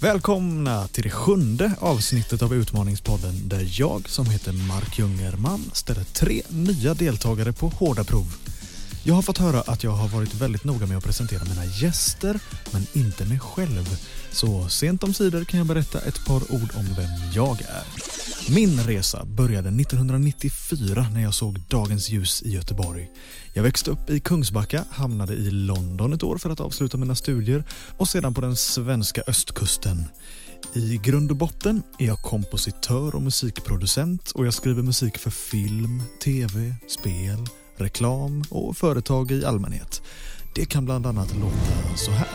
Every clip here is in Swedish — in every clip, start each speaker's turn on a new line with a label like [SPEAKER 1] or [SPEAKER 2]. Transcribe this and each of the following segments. [SPEAKER 1] Välkomna till det sjunde avsnittet av Utmaningspodden där jag som heter Mark Jungerman ställer tre nya deltagare på hårda prov. Jag har fått höra att jag har varit väldigt noga med att presentera mina gäster, men inte mig själv. Så sent om sidor kan jag berätta ett par ord om vem jag är. Min resa började 1994 när jag såg dagens ljus i Göteborg. Jag växte upp i Kungsbacka, hamnade i London ett år för att avsluta mina studier och sedan på den svenska östkusten. I grund och botten är jag kompositör och musikproducent och jag skriver musik för film, tv, spel, reklam och företag i allmänhet. Det kan bland annat låta så här.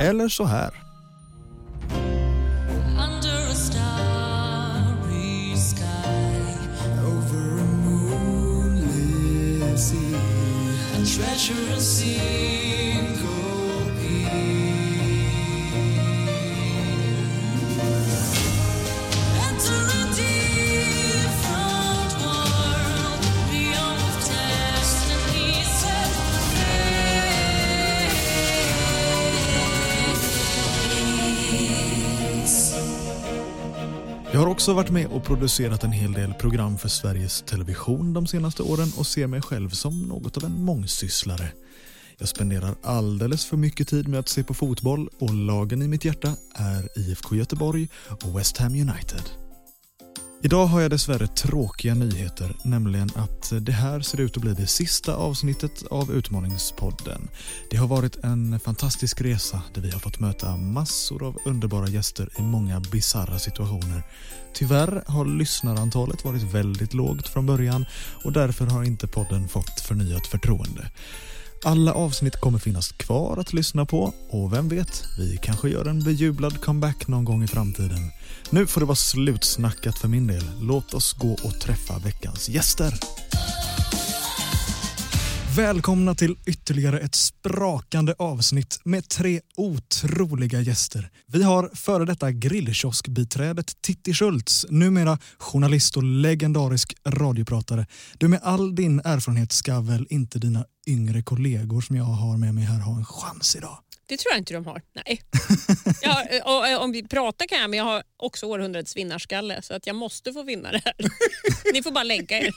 [SPEAKER 1] Eller så här.
[SPEAKER 2] Under a starry sky, over a moonlit sea, I treasure a single piece. Enter a different world, beyond of destinies and fates.
[SPEAKER 1] Jag har också varit med och producerat en hel del program för Sveriges Television de senaste åren och ser mig själv som något av en mångsysslare. Jag spenderar alldeles för mycket tid med att se på fotboll och lagen i mitt hjärta är IFK Göteborg och West Ham United. Idag har jag dessvärre tråkiga nyheter, nämligen att det här ser ut att bli det sista avsnittet av Utmaningspodden. Det har varit en fantastisk resa där vi har fått möta massor av underbara gäster i många bisarra situationer. Tyvärr har lyssnarantalet varit väldigt lågt från början och därför har inte podden fått förnyat förtroende. Alla avsnitt kommer finnas kvar att lyssna på och vem vet, vi kanske gör en bejublad comeback någon gång i framtiden. Nu får det vara slutsnackat för min del. Låt oss gå och träffa veckans gäster. Välkomna till ytterligare ett sprakande avsnitt med tre otroliga gäster. Vi har före detta grillkioskbiträdet Titti Schultz, numera journalist och legendarisk radiopratare. Du med all din erfarenhet ska väl inte dina yngre kollegor som jag har med mig här ha en chans idag?
[SPEAKER 3] Det tror jag inte de har. Nej. Ja, eh, och, och, om vi pratar kan jag, men jag har också århundradets vinnarskalle så att jag måste få vinna det här. Ni får bara lägga er.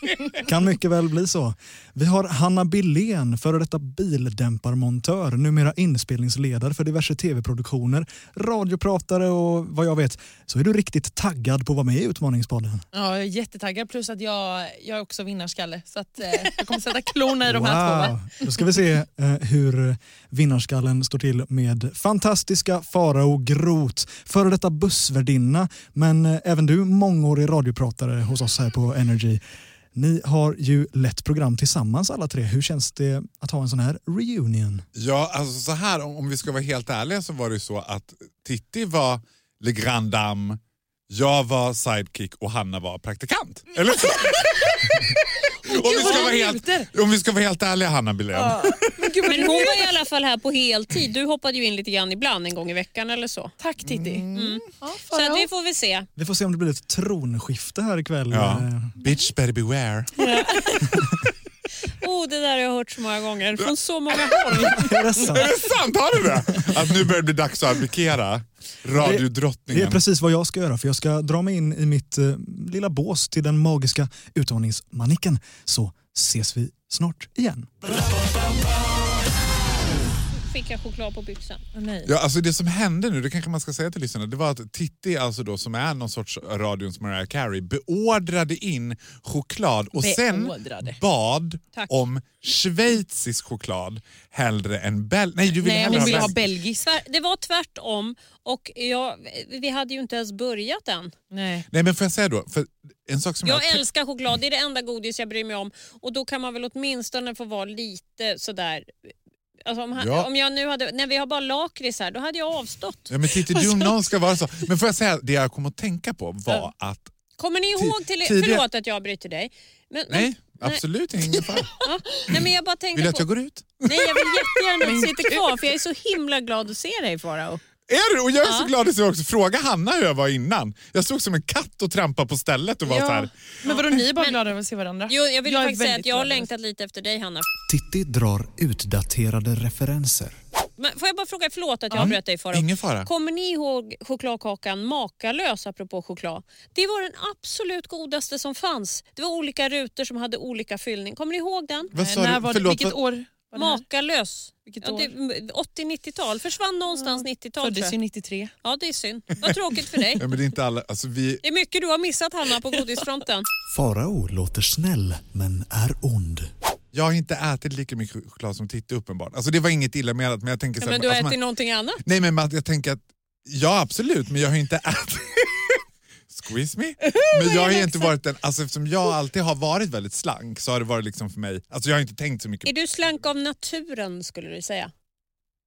[SPEAKER 1] Kan mycket väl bli så. Vi har Hanna Billén, före detta bildämparmontör, numera inspelningsledare för diverse tv-produktioner, radiopratare och vad jag vet så är du riktigt taggad på att vara med i Utmaningspodden.
[SPEAKER 4] Ja, jag är jättetaggad plus att jag, jag är också vinnarskalle så att, eh, jag kommer sätta klorna i de här två. Va?
[SPEAKER 1] Då ska vi se eh, hur vinnarskallen står till med fantastiska Farao Groth, före detta bussvärdinna, men eh, även du mångårig radiopratare hos oss här på Energy. Ni har ju lett program tillsammans alla tre. Hur känns det att ha en sån här reunion?
[SPEAKER 5] Ja, alltså så här, om, om vi ska vara helt ärliga så var det ju så att Titti var Le Grand Dame, jag var sidekick och Hanna var praktikant. Eller så? om, vi ska
[SPEAKER 4] vad
[SPEAKER 5] vara
[SPEAKER 4] han
[SPEAKER 5] helt,
[SPEAKER 4] njuter.
[SPEAKER 5] om vi ska vara helt ärliga Hanna Billén.
[SPEAKER 3] Men hon var i alla fall här på heltid. Du hoppade ju in lite grann ibland en gång i veckan eller så.
[SPEAKER 4] Tack Titti.
[SPEAKER 3] Mm.
[SPEAKER 4] Mm. Ja,
[SPEAKER 3] Så
[SPEAKER 4] Farao.
[SPEAKER 3] att vi får väl se.
[SPEAKER 1] Vi får se om det blir ett tronskifte här ikväll.
[SPEAKER 5] Ja.
[SPEAKER 1] Eh,
[SPEAKER 5] Bitch better beware.
[SPEAKER 3] Oh, det där har jag hört så många gånger från så många håll.
[SPEAKER 1] Är det sant?
[SPEAKER 5] Är det sant? Har du det? Att nu börjar det bli dags att abdikera.
[SPEAKER 1] Det är
[SPEAKER 5] Radiodrottningen.
[SPEAKER 1] precis vad jag ska göra för jag ska dra mig in i mitt eh, lilla bås till den magiska utmaningsmanicken. Så ses vi snart igen.
[SPEAKER 3] Fick jag choklad på byxan.
[SPEAKER 4] Nej.
[SPEAKER 5] Ja, alltså det som hände nu, det kanske man ska säga till lyssnarna, det var att Titti, alltså då, som är någon sorts radions Mariah Carey, beordrade in choklad och sen
[SPEAKER 4] Beordrade.
[SPEAKER 5] bad
[SPEAKER 3] Tack.
[SPEAKER 5] om schweizisk choklad hellre än bel... Nej, du ville
[SPEAKER 4] Nej,
[SPEAKER 5] hellre
[SPEAKER 4] hon vill ha
[SPEAKER 5] belgisk.
[SPEAKER 4] belgisk.
[SPEAKER 3] Tvär- Det var tvärtom och jag, vi hade ju inte ens börjat än.
[SPEAKER 4] Nej.
[SPEAKER 5] Nej, men får jag säga då, för en sak som jag...
[SPEAKER 3] Jag älskar choklad, det är det enda godis jag bryr mig om. Och då kan man väl åtminstone få vara lite sådär... Alltså om, han,
[SPEAKER 5] Ja.
[SPEAKER 3] om jag nu hade... När vi har bara lakrits här, då hade jag avstått.
[SPEAKER 5] Ja, men Titti, du om någon ska vara så. Men får jag säga, det jag kom att tänka på var att...
[SPEAKER 3] Kommer ni
[SPEAKER 5] Ti-
[SPEAKER 3] ihåg till...
[SPEAKER 5] tidigare-
[SPEAKER 3] Förlåt att jag bryter dig. Men, men-
[SPEAKER 5] Nej, absolut ingen fara.
[SPEAKER 3] ja, nej, men jag bara
[SPEAKER 5] Vill du
[SPEAKER 3] tänkte
[SPEAKER 5] att jag
[SPEAKER 3] på...
[SPEAKER 5] går ut?
[SPEAKER 3] Nej, jag vill jättegärna att du sitter kvar för jag är så himla glad att se dig Farao.
[SPEAKER 5] Är du? Och jag är så glad att jag också fråga Hanna hur jag var innan. Jag såg som en katt och trampade på stället och var så här.
[SPEAKER 4] Men vadå, ni är bara glada över att se varandra?
[SPEAKER 3] Jo, jag vill
[SPEAKER 4] är
[SPEAKER 3] faktiskt säga att
[SPEAKER 4] väldigt
[SPEAKER 3] jag har
[SPEAKER 4] glad över-
[SPEAKER 5] alltså.
[SPEAKER 3] längtat lite efter dig Hanna.
[SPEAKER 1] Titti drar utdaterade referenser.
[SPEAKER 3] Men får jag bara fråga, förlåt att jag avbröt dig Farao.
[SPEAKER 5] Ingen fara.
[SPEAKER 3] Kommer ni ihåg chokladkakan Makalös apropå choklad? Det var den absolut godaste som fanns. Det var olika rutor som hade olika fyllning. Kommer ni ihåg den?
[SPEAKER 5] Vad
[SPEAKER 4] Nej,
[SPEAKER 5] sa
[SPEAKER 4] när
[SPEAKER 5] du?
[SPEAKER 4] var det,
[SPEAKER 5] Förlåt,
[SPEAKER 4] vilket
[SPEAKER 5] vad-
[SPEAKER 4] år var det här?
[SPEAKER 3] Makalös.
[SPEAKER 4] Vilket
[SPEAKER 3] Ja,
[SPEAKER 4] år?
[SPEAKER 3] det- 80-90-tal. Försvann någonstans 90-tal tror
[SPEAKER 4] Föddes ju
[SPEAKER 3] jag.
[SPEAKER 4] 93.
[SPEAKER 3] Ja, det är synd. Vad tråkigt för dig.
[SPEAKER 5] Ja, men det är inte alla. Alltså, vi,
[SPEAKER 3] Det är mycket du har missat Hanna på godisfronten.
[SPEAKER 1] Farao låter snäll, men är ond.
[SPEAKER 5] jag har inte ätit lika mycket choklad som Titti uppenbart. Alltså, det var inget illa menat men jag tänker så
[SPEAKER 3] Ja,
[SPEAKER 5] här,
[SPEAKER 3] men du har
[SPEAKER 5] alltså, man-
[SPEAKER 3] ätit någonting annat.
[SPEAKER 5] Nej men Matt, jag tänker att, ja absolut men jag har ju inte ätit... Squeeze me? Men jag har ju inte varit den, alltså eftersom jag alltid har varit väldigt slank så har det varit liksom för mig, alltså jag har inte tänkt så
[SPEAKER 3] Är
[SPEAKER 5] mycket.
[SPEAKER 3] du slank av naturen skulle du säga?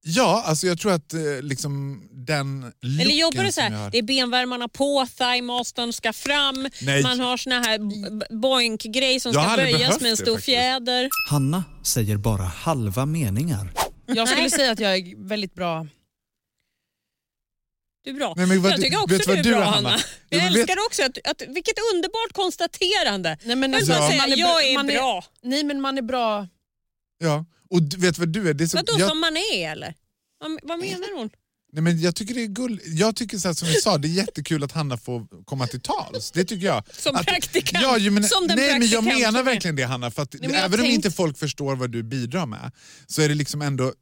[SPEAKER 5] Ja, alltså jag tror att eh, liksom den
[SPEAKER 3] Eller jobbar
[SPEAKER 5] looken
[SPEAKER 3] du så
[SPEAKER 5] som jag
[SPEAKER 3] här?
[SPEAKER 5] har-
[SPEAKER 3] Det är benvärmarna på, thigh-mastern ska fram,
[SPEAKER 5] Nej.
[SPEAKER 3] man har såna här b- b- boink-grej som
[SPEAKER 5] Jag har
[SPEAKER 3] ska
[SPEAKER 5] aldrig
[SPEAKER 3] böjas
[SPEAKER 5] behövt
[SPEAKER 3] med en
[SPEAKER 5] det
[SPEAKER 3] stor
[SPEAKER 5] faktiskt.
[SPEAKER 3] fjäder.
[SPEAKER 1] Hanna säger bara halva meningar.
[SPEAKER 4] Jag skulle
[SPEAKER 3] Nej.
[SPEAKER 4] säga att jag är väldigt bra.
[SPEAKER 3] Du är bra.
[SPEAKER 5] Nej, men vad
[SPEAKER 3] jag
[SPEAKER 5] du-
[SPEAKER 3] tycker också
[SPEAKER 5] vet
[SPEAKER 3] du
[SPEAKER 5] vad
[SPEAKER 3] är
[SPEAKER 5] du
[SPEAKER 3] bra
[SPEAKER 5] är,
[SPEAKER 3] Hanna.
[SPEAKER 5] Hanna?
[SPEAKER 3] Jag
[SPEAKER 5] Ja, men vet-
[SPEAKER 3] älskar också att, att, vilket underbart konstaterande.
[SPEAKER 4] Nej, men
[SPEAKER 3] Jag vill
[SPEAKER 5] Ja.
[SPEAKER 3] bara
[SPEAKER 5] alltså,
[SPEAKER 3] säga,
[SPEAKER 4] man är bra-
[SPEAKER 3] jag är
[SPEAKER 4] man är-
[SPEAKER 3] bra.
[SPEAKER 4] Nej men man är bra.
[SPEAKER 5] Ja, och du, vet vad du är? Det är så,
[SPEAKER 3] Vadå
[SPEAKER 5] jag,
[SPEAKER 3] som man är eller? Vad, vad menar hon?
[SPEAKER 5] nej, men jag tycker det är gull, jag tycker så här, som vi sa, det är jättekul att Hanna får komma till tals. Det tycker jag.
[SPEAKER 3] Som
[SPEAKER 5] att,
[SPEAKER 3] praktikant.
[SPEAKER 5] Ja, ju, men,
[SPEAKER 3] som den
[SPEAKER 5] nej, men jag
[SPEAKER 3] praktikant som
[SPEAKER 5] menar
[SPEAKER 3] är.
[SPEAKER 5] verkligen det Hanna, för att
[SPEAKER 4] men jag har
[SPEAKER 5] även om
[SPEAKER 4] tänkt-
[SPEAKER 5] inte folk förstår vad du bidrar med så är det liksom ändå,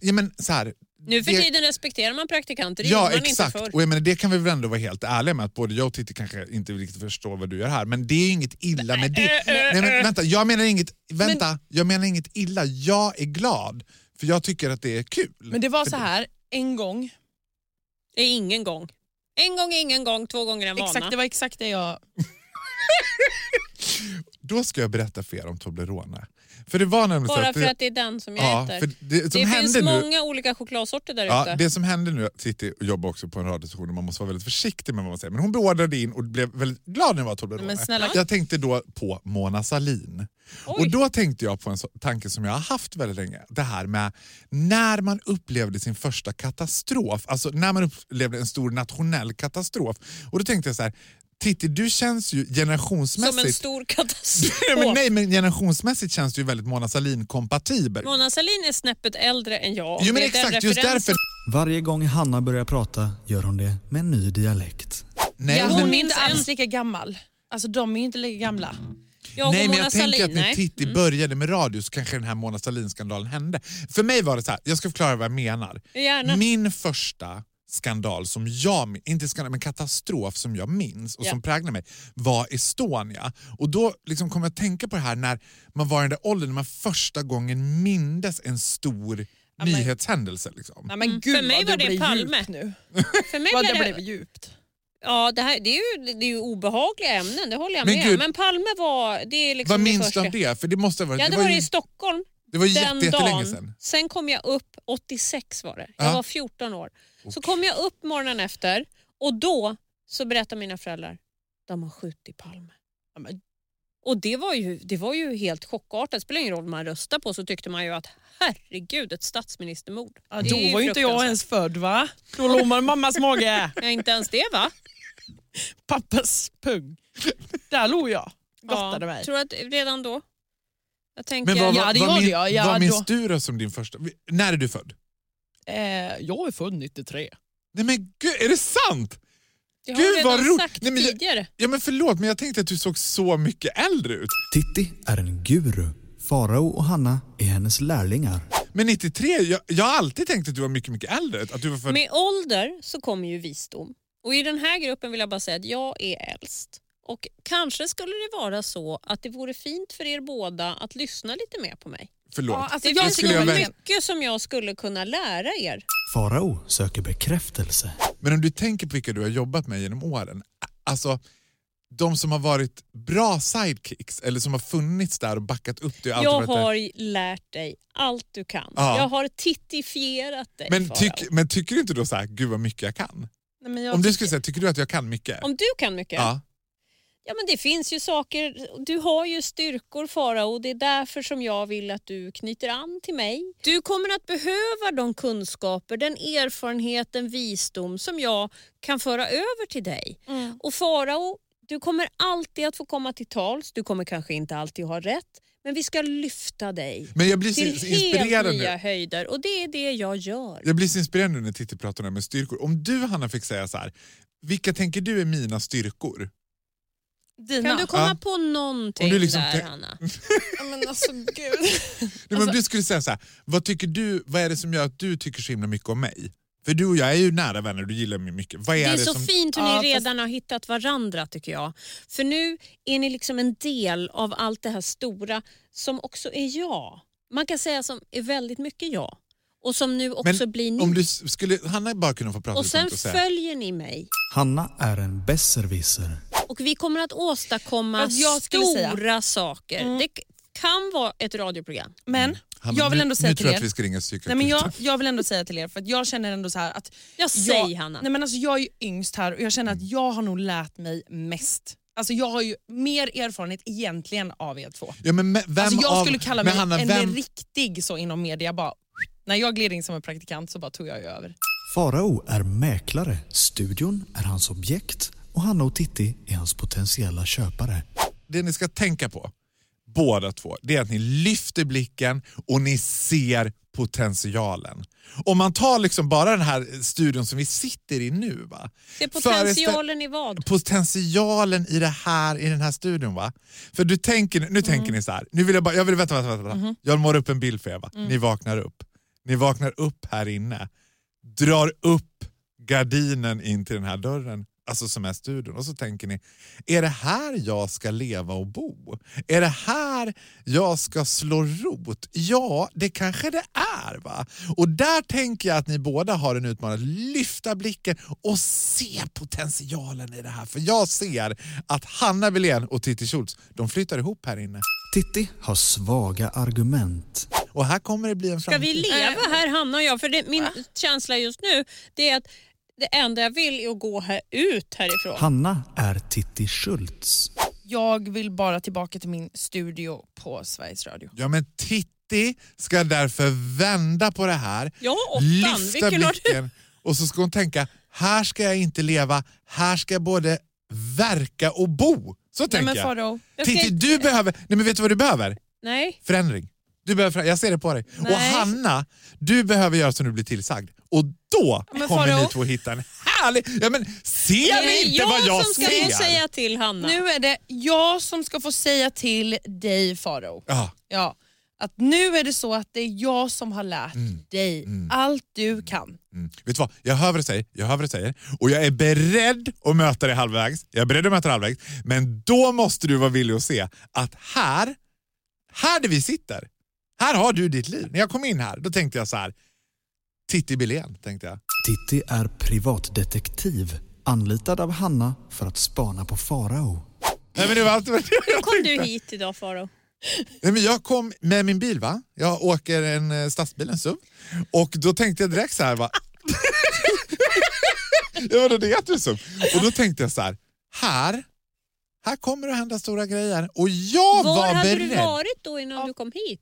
[SPEAKER 5] ja men så här,
[SPEAKER 3] Nu för
[SPEAKER 5] det-
[SPEAKER 3] tiden respekterar man praktikanter, det
[SPEAKER 5] Ja
[SPEAKER 3] gjorde man
[SPEAKER 5] exakt,
[SPEAKER 3] inte förr.
[SPEAKER 5] och jag menar, det kan vi väl ändå vara helt ärliga med att både jag och Titti kanske inte riktigt förstår vad du gör här men det är ju inget illa med det. Nej, men, vänta, jag menar inget, vänta, jag menar inget illa, jag är glad för jag tycker att det är kul.
[SPEAKER 4] Men det var
[SPEAKER 5] För
[SPEAKER 4] så här en gång.
[SPEAKER 3] Det är ingen gång. En gång är ingen gång, två gånger är en vana.
[SPEAKER 4] Exakt, det var exakt det jag...
[SPEAKER 5] Då ska jag berätta för er om Toblerone. För det var nämligen så
[SPEAKER 3] Bara
[SPEAKER 5] att
[SPEAKER 3] för att det är den som jag
[SPEAKER 5] ja,
[SPEAKER 3] äter.
[SPEAKER 5] för det som
[SPEAKER 3] det finns
[SPEAKER 5] hände nu,
[SPEAKER 3] många olika chokladsorter där
[SPEAKER 5] Ja,
[SPEAKER 3] ute.
[SPEAKER 5] det som hände nu, Titti jobbar också på en radiostation och man måste vara väldigt försiktig med vad man säger. Men hon beordrade in och blev väldigt glad när det var Toblerone.
[SPEAKER 4] Men snälla-
[SPEAKER 5] Jag tänkte då på Mona Salin. Och då tänkte jag på en så- tanke som jag har haft väldigt länge. Det här med när man upplevde sin första katastrof, alltså när man upplevde en stor nationell katastrof. Och då tänkte jag så här, Titti du känns ju generationsmässigt...
[SPEAKER 3] Som en stor katastrof.
[SPEAKER 5] Nej, men, nej men generationsmässigt känns du ju väldigt Mona Salin-kompatibel.
[SPEAKER 3] Mona Sahlin är snäppet äldre än jag.
[SPEAKER 5] Jo men
[SPEAKER 3] Det är den
[SPEAKER 5] exakt, just
[SPEAKER 3] referensen.
[SPEAKER 5] därför.
[SPEAKER 1] Varje gång Hanna börjar prata gör hon det med en ny dialekt.
[SPEAKER 5] Nej,
[SPEAKER 4] ja,
[SPEAKER 5] men-
[SPEAKER 4] hon är
[SPEAKER 3] men-
[SPEAKER 4] inte alls lika gammal. Alltså de är ju inte lika gamla.
[SPEAKER 3] Jag och
[SPEAKER 5] nej, men
[SPEAKER 3] Mona
[SPEAKER 5] jag tänker
[SPEAKER 3] Sahlin,
[SPEAKER 5] att när
[SPEAKER 3] nej. Mm.
[SPEAKER 5] Titti började med radio så kanske den här Mona Sahlin-skandalen hände. För mig var det så här, jag ska förklara vad jag menar.
[SPEAKER 3] Gärna.
[SPEAKER 5] Min första skandal som jag min- inte skandal, men katastrof som jag minns och
[SPEAKER 3] Ja.
[SPEAKER 5] som präglade mig var Estonia. Och då liksom kom jag att tänka på det här när man var i den där åldern när man första gången mindes en stor nyhetshändelse. Liksom.
[SPEAKER 4] Nej, men gud
[SPEAKER 3] Mm. För mig
[SPEAKER 4] vad
[SPEAKER 3] var det
[SPEAKER 4] blir
[SPEAKER 3] Palme.
[SPEAKER 4] djupt nu.
[SPEAKER 3] För mig
[SPEAKER 4] Vad det
[SPEAKER 3] blev det,
[SPEAKER 4] blev djupt.
[SPEAKER 3] ja, det, här, det, är ju, det är ju obehagliga ämnen, det håller jag
[SPEAKER 5] Men
[SPEAKER 3] med
[SPEAKER 5] gud-
[SPEAKER 3] Men Palme var... Det är liksom
[SPEAKER 5] Vad
[SPEAKER 3] det
[SPEAKER 5] minns du
[SPEAKER 3] första.
[SPEAKER 5] av det? För det måste ha varit,
[SPEAKER 3] Jag hade
[SPEAKER 5] det var
[SPEAKER 3] varit
[SPEAKER 5] ju,
[SPEAKER 3] i Stockholm
[SPEAKER 5] det var ju
[SPEAKER 3] den
[SPEAKER 5] jätte, jättelänge
[SPEAKER 3] dagen.
[SPEAKER 5] sedan.
[SPEAKER 3] Sen kom jag upp, 86 var det, jag
[SPEAKER 5] Ja.
[SPEAKER 3] var 14 år. Så kom jag upp morgonen efter och då så berättade mina föräldrar, de har skjutit Palme.
[SPEAKER 4] Ja, men-
[SPEAKER 3] Och det var ju, det var ju helt chockartat. Det spelar ingen roll vad man röstar på så tyckte man ju att herregud ett statsministermord.
[SPEAKER 4] Ja,
[SPEAKER 3] Det
[SPEAKER 4] då
[SPEAKER 3] är ju
[SPEAKER 4] var ju inte jag
[SPEAKER 3] fruktansvärt.
[SPEAKER 4] ens född va? Då låg man i mammas mage.
[SPEAKER 3] Ja, inte ens det va?
[SPEAKER 4] Pappas pung. Där låg jag. Gottade mig.
[SPEAKER 3] Tror att redan då? Jag tänker,
[SPEAKER 5] Men vad,
[SPEAKER 4] Ja,
[SPEAKER 5] vad,
[SPEAKER 4] det
[SPEAKER 5] vad,
[SPEAKER 4] gjorde
[SPEAKER 5] min,
[SPEAKER 4] jag. Ja,
[SPEAKER 5] vad minns
[SPEAKER 4] då-
[SPEAKER 5] du då som din första... När är du född?
[SPEAKER 4] Eh, jag är född 93.
[SPEAKER 5] Nej men gud, är det sant?
[SPEAKER 3] jag
[SPEAKER 5] Gud,
[SPEAKER 3] har
[SPEAKER 5] vad
[SPEAKER 3] redan
[SPEAKER 5] roligt.
[SPEAKER 3] sagt
[SPEAKER 5] Nej, men jag-
[SPEAKER 3] tidigare.
[SPEAKER 5] Ja men förlåt men jag tänkte att du såg så mycket äldre ut.
[SPEAKER 1] Titti är en guru. Farao och Hanna är hennes lärlingar.
[SPEAKER 5] Men 93, jag, jag har alltid tänkt att du var mycket mycket äldre. Att du var född...
[SPEAKER 3] Med ålder så kommer ju visdom. Och i den här gruppen vill jag bara säga att jag är äldst. Och kanske skulle det vara så att det vore fint för er båda att lyssna lite mer på mig.
[SPEAKER 5] Förlåt.
[SPEAKER 4] Ja, alltså,
[SPEAKER 3] Det
[SPEAKER 4] jag
[SPEAKER 3] finns
[SPEAKER 5] skulle
[SPEAKER 3] nog
[SPEAKER 5] jag
[SPEAKER 4] nog
[SPEAKER 5] verkligen-
[SPEAKER 3] mycket som jag skulle kunna lära er.
[SPEAKER 1] Farao söker bekräftelse.
[SPEAKER 5] Men om du tänker på vilka du har jobbat med genom åren. a- Alltså, de som har varit bra sidekicks eller som har funnits där och backat upp dig. och alltid
[SPEAKER 3] Jag
[SPEAKER 5] varit där.
[SPEAKER 3] har lärt dig allt du kan.
[SPEAKER 5] Ja.
[SPEAKER 3] Jag har tittifierat dig
[SPEAKER 5] men,
[SPEAKER 3] Farao.
[SPEAKER 5] tyck, men tycker du inte då så här, gud vad mycket jag kan?
[SPEAKER 4] Nej, men jag
[SPEAKER 5] om du skulle säga, tycker du att jag kan mycket?
[SPEAKER 3] Om du kan mycket?
[SPEAKER 5] ja.
[SPEAKER 3] Ja men det finns ju saker, du har ju styrkor Farao och det är därför som jag vill att du knyter an till mig. Du kommer att behöva de kunskaper, den erfarenhet, den visdom som jag kan föra över till dig.
[SPEAKER 5] Mm.
[SPEAKER 3] Och Farao, du kommer alltid att få komma till tals, du kommer kanske inte alltid ha rätt, men vi ska lyfta dig
[SPEAKER 5] Men jag blir så
[SPEAKER 3] till
[SPEAKER 5] inspirerad
[SPEAKER 3] helt
[SPEAKER 5] nu.
[SPEAKER 3] nya höjder och det är det jag gör.
[SPEAKER 5] Jag blir så inspirerad nu när Titti pratar om det här med styrkor. Om du Hanna fick säga så här, vilka tänker du är mina styrkor?
[SPEAKER 4] Dina.
[SPEAKER 3] Kan du komma
[SPEAKER 5] Ja.
[SPEAKER 3] på någonting
[SPEAKER 5] Om du liksom
[SPEAKER 3] där
[SPEAKER 5] tänk-
[SPEAKER 3] Hanna?
[SPEAKER 4] Ja, men alltså, gud.
[SPEAKER 5] Nej,
[SPEAKER 4] Alltså-
[SPEAKER 5] men om du skulle säga så här, vad, tycker du, vad är det som gör att du tycker så himla mycket om mig? För du och jag är ju nära vänner du gillar mig mycket. Vad är
[SPEAKER 3] Det
[SPEAKER 5] det,
[SPEAKER 3] är så
[SPEAKER 5] som...
[SPEAKER 3] fint hur
[SPEAKER 4] Ja,
[SPEAKER 3] ni
[SPEAKER 4] fast-
[SPEAKER 3] redan har hittat varandra tycker jag. För nu är ni liksom en del av allt det här stora som också är jag. Man kan säga som är väldigt mycket jag och som nu också blir ni.
[SPEAKER 5] om du s- skulle, Hanna bara kunde få prata
[SPEAKER 3] och
[SPEAKER 5] lite om
[SPEAKER 3] sen
[SPEAKER 5] det och säga,
[SPEAKER 3] följer ni mig
[SPEAKER 1] Hanna är en besserwisser.
[SPEAKER 3] och vi kommer att åstadkomma
[SPEAKER 4] Vad jag skulle säga.
[SPEAKER 3] stora saker. Det k- kan vara ett radioprogram.
[SPEAKER 4] Men
[SPEAKER 5] Hanna,
[SPEAKER 4] jag vill
[SPEAKER 5] nu-
[SPEAKER 4] ändå
[SPEAKER 5] Nu
[SPEAKER 4] säga till
[SPEAKER 5] tror jag
[SPEAKER 4] er.
[SPEAKER 5] att vi ska ringa psykakuten.
[SPEAKER 4] Nej, men jag, jag vill ändå säga till er, för att jag känner ändå så här att...
[SPEAKER 3] Jag säger Hanna.
[SPEAKER 4] Nej, men alltså, jag är ju yngst här och jag känner att
[SPEAKER 5] Mm.
[SPEAKER 4] jag har nog lärt mig mest. Alltså, jag har ju mer erfarenhet egentligen av er två.
[SPEAKER 5] Ja, men me- vem
[SPEAKER 4] Alltså, jag
[SPEAKER 5] av,
[SPEAKER 4] skulle kalla
[SPEAKER 5] men
[SPEAKER 4] mig
[SPEAKER 5] Hanna,
[SPEAKER 4] en
[SPEAKER 5] vem,
[SPEAKER 4] riktig så inom media. Bara, när jag gled in som en praktikant så bara tog jag ju över.
[SPEAKER 1] Farao är mäklare, studion är hans objekt och Hanna och Titti är hans potentiella köpare.
[SPEAKER 5] det ni ska tänka på, båda två, det är att ni lyfter blicken och ni ser potentialen. Om man tar liksom bara den här studion som vi sitter i nu. Va?
[SPEAKER 3] Det är
[SPEAKER 5] Föreställ-
[SPEAKER 3] potentialen i vad?
[SPEAKER 5] potentialen i, det här, i den här studion. Va? För du tänker, nu tänker ni så här, nu vill jag, bara, jag vill vänta, vänta, vänta. vänta. Jag målar upp en bild för er. Va? Ni vaknar upp. Ni vaknar upp här inne, drar upp gardinen in till den här dörren, alltså som är studion. Och så tänker ni, är det här jag ska leva och bo? Är det här jag ska slå rot? Ja, det kanske det är. va? Och där tänker jag att ni båda har en utmaning att lyfta blicken och se potentialen i det här. För jag ser att Hanna Wilén och Titti Schultz, de flyttar ihop här inne.
[SPEAKER 1] Titti har svaga argument.
[SPEAKER 5] Och här kommer det bli en
[SPEAKER 3] Ska vi
[SPEAKER 5] framtid.
[SPEAKER 3] leva här Hanna och jag? För det, min känsla just nu det är att det enda jag vill är att gå här, ut härifrån.
[SPEAKER 1] Hanna är Titti Schultz.
[SPEAKER 4] Jag vill bara tillbaka till min studio på Sveriges Radio.
[SPEAKER 5] Ja, men Titti ska därför vända på det här.
[SPEAKER 3] Jag har åttan.
[SPEAKER 5] lyfta
[SPEAKER 3] Vilken har du?
[SPEAKER 5] blicken och så ska hon tänka, här ska jag inte leva, här ska jag både verka och bo. Så
[SPEAKER 4] Nej,
[SPEAKER 5] tänker
[SPEAKER 4] men
[SPEAKER 5] jag.
[SPEAKER 4] Faro,
[SPEAKER 3] Jag ska
[SPEAKER 5] Titti,
[SPEAKER 3] inte-
[SPEAKER 5] du behöver, nej men vet du vad du behöver?
[SPEAKER 3] Nej.
[SPEAKER 5] Förändring. Du behöver förändring. Jag ser det på dig.
[SPEAKER 4] Nej.
[SPEAKER 5] Och Hanna, du behöver göra som du blir tillsagd. Och då
[SPEAKER 4] Men
[SPEAKER 5] kommer
[SPEAKER 4] Faro-
[SPEAKER 5] ni två hitta en härlig... Ja, men ser
[SPEAKER 3] Det
[SPEAKER 5] ni
[SPEAKER 3] är
[SPEAKER 5] inte
[SPEAKER 3] jag
[SPEAKER 5] vad jag
[SPEAKER 3] som ska
[SPEAKER 5] ser?
[SPEAKER 3] få säga till Hanna.
[SPEAKER 4] nu är det jag som ska få säga till dig Faro.
[SPEAKER 5] Ja,
[SPEAKER 4] Ja, att nu är det så att det är jag som har lärt dig allt du kan.
[SPEAKER 5] Mm. Vet du vad? Jag hör vad du säger, jag hör vad du säger och jag är beredd att möta dig halvvägs. Jag är beredd att möta dig halvvägs. Men då måste du vara villig att se att här, här där vi sitter, här har du ditt liv. När jag kom in här, då tänkte jag så här, Titti Billén, tänkte jag.
[SPEAKER 1] Titti är privatdetektiv, anlitad av Hanna för att spana på Farao.
[SPEAKER 5] Nej, men det var allt vad jag
[SPEAKER 3] kom du
[SPEAKER 5] tänkte.
[SPEAKER 3] hit idag Faro.
[SPEAKER 5] Nej, men jag kom med min bil, va? jag åker en eh, stadsbil, en SUV. Och då tänkte jag direkt så här... Va? ja, vadå, det heter ju SUV. Och då tänkte jag så här, här, här kommer det att hända stora grejer. Och jag
[SPEAKER 3] Var
[SPEAKER 5] var
[SPEAKER 3] hade
[SPEAKER 5] beredd.
[SPEAKER 3] du varit då innan du kom hit?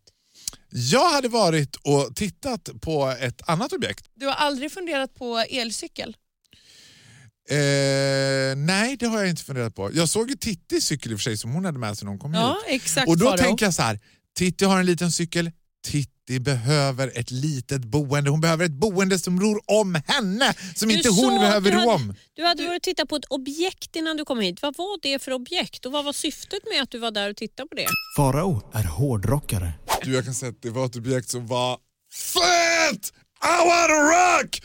[SPEAKER 5] Jag hade varit och tittat på ett annat objekt.
[SPEAKER 4] Du har aldrig funderat på elcykel?
[SPEAKER 5] Eh, nej, det har jag inte funderat på. Jag såg ju Titti cykel i och för sig som hon hade med sig när hon kom hit.
[SPEAKER 4] Ja, exakt
[SPEAKER 5] Mm. Och då
[SPEAKER 4] Faro.
[SPEAKER 5] tänker jag så här, Titti har en liten cykel, Titti behöver ett litet boende. Hon behöver ett boende som ror om henne, som
[SPEAKER 3] Du
[SPEAKER 5] inte
[SPEAKER 3] sa
[SPEAKER 5] hon
[SPEAKER 3] att
[SPEAKER 5] behöver
[SPEAKER 3] du
[SPEAKER 5] ro
[SPEAKER 3] hade-
[SPEAKER 5] om.
[SPEAKER 3] Du hade varit och tittat på ett objekt innan du kom hit. Vad var det för objekt och vad var syftet med att du var där och tittade på det?
[SPEAKER 1] Farao är hårdrockare.
[SPEAKER 5] Du, jag kan säga att det var typ ett objekt som var fett! I wanna rock!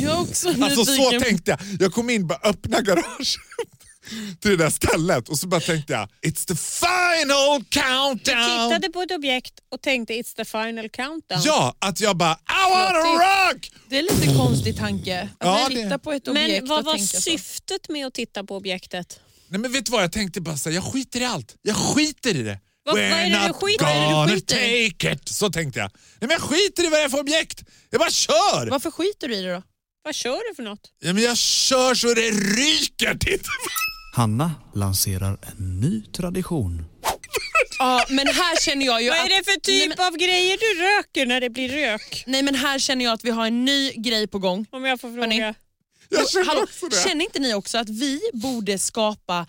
[SPEAKER 4] Jag är också
[SPEAKER 5] Alltså så
[SPEAKER 4] nyfiken.
[SPEAKER 5] tänkte jag. Jag kom in bara öppna garaget till det där stället och så bara tänkte jag, it's the final countdown!
[SPEAKER 3] Tittade på ett objekt och tänkte it's the final countdown.
[SPEAKER 5] Ja, att jag bara, I wanna rock!
[SPEAKER 4] Det är lite konstig tanke. Att
[SPEAKER 5] Ja,
[SPEAKER 4] ja,
[SPEAKER 5] det-
[SPEAKER 4] titta på ett objekt
[SPEAKER 3] Men vad
[SPEAKER 4] och
[SPEAKER 3] var
[SPEAKER 4] tänka så.
[SPEAKER 3] syftet med att titta på objektet?
[SPEAKER 5] Nej men vet du vad, jag tänkte bara säga, jag skiter i allt. Jag skiter i det.
[SPEAKER 3] Vad- vad är det du
[SPEAKER 5] not
[SPEAKER 3] skiter i? Vad är det du
[SPEAKER 5] gonna
[SPEAKER 4] skiter i?
[SPEAKER 5] take it. Så tänkte jag. Nej men jag skiter i vad det är för objekt. Jag bara kör.
[SPEAKER 4] Varför skiter du i det då?
[SPEAKER 3] Vad kör du för något?
[SPEAKER 5] Ja, men jag kör så det ryker. Titta.
[SPEAKER 1] Hanna lanserar en ny tradition.
[SPEAKER 4] Ja, men här känner jag ju
[SPEAKER 3] Vad är
[SPEAKER 4] att-
[SPEAKER 3] det för
[SPEAKER 4] Nej,
[SPEAKER 3] typ
[SPEAKER 4] men-
[SPEAKER 3] av grejer du röker när det blir rök?
[SPEAKER 4] Nej men här känner jag att vi har en ny grej på gång.
[SPEAKER 3] Om jag får fråga.
[SPEAKER 4] Hörni.
[SPEAKER 5] Jag känner
[SPEAKER 4] Hallå,
[SPEAKER 5] också det.
[SPEAKER 4] känner inte ni också att vi borde skapa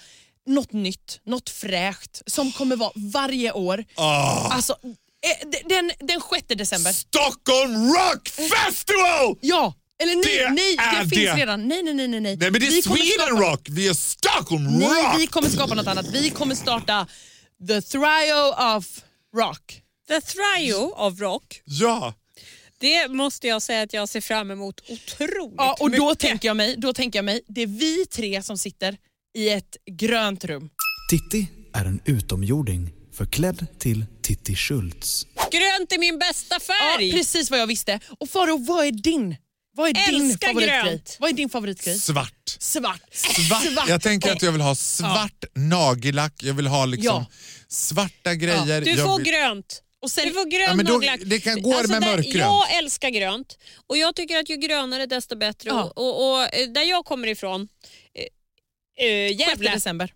[SPEAKER 4] något nytt, något fräscht som kommer vara varje år?
[SPEAKER 5] Ah.
[SPEAKER 4] Alltså, eh, d- den, den 6 december.
[SPEAKER 5] Stockholm Rock Festival!
[SPEAKER 4] Ja! Eller nej,
[SPEAKER 5] Det
[SPEAKER 4] nej,
[SPEAKER 5] är
[SPEAKER 4] det
[SPEAKER 5] det.
[SPEAKER 4] finns redan. Nej, nej, nej. nej, nej.
[SPEAKER 5] Nej men det är
[SPEAKER 4] Vi kommer
[SPEAKER 5] Sweden
[SPEAKER 4] skapa-
[SPEAKER 5] Rock, vi är Stockholm
[SPEAKER 4] Nej,
[SPEAKER 5] Rock!
[SPEAKER 4] vi kommer skapa något annat. Vi kommer starta The Trio of Rock.
[SPEAKER 3] The Trio av Rock,
[SPEAKER 5] Ja,
[SPEAKER 3] det måste jag säga att jag ser fram emot otroligt
[SPEAKER 4] Ja, och då
[SPEAKER 3] mycket.
[SPEAKER 4] tänker, jag mig, då tänker jag mig, det är vi tre som sitter i ett grönt rum.
[SPEAKER 1] Titti är en utomjording förklädd till Titti Schultz.
[SPEAKER 3] Grönt är min bästa färg!
[SPEAKER 4] Ja, precis vad jag visste. Och Faro, vad är din? Vad är din
[SPEAKER 3] Älskar
[SPEAKER 4] favoritgrej?
[SPEAKER 3] grönt.
[SPEAKER 4] Vad är din favoritgrej?
[SPEAKER 5] svart.
[SPEAKER 4] Svart.
[SPEAKER 5] Svart. Jag tänker att jag vill ha svart nagellack, jag vill ha liksom
[SPEAKER 4] Ja.
[SPEAKER 5] svarta grejer.
[SPEAKER 3] Du
[SPEAKER 5] jag
[SPEAKER 3] får
[SPEAKER 5] vill...
[SPEAKER 3] grönt.
[SPEAKER 4] Och sen,
[SPEAKER 3] Du får grön
[SPEAKER 5] Ja, men då-
[SPEAKER 3] nagellack. Alltså,
[SPEAKER 5] det kan gå med
[SPEAKER 3] där-
[SPEAKER 5] mörkgrönt.
[SPEAKER 3] Jag älskar grönt och jag tycker att ju grönare desto bättre.
[SPEAKER 4] Ja.
[SPEAKER 3] Och, och, och eh, där jag kommer ifrån, eh, eh,
[SPEAKER 4] 6
[SPEAKER 3] Gävle.
[SPEAKER 4] december.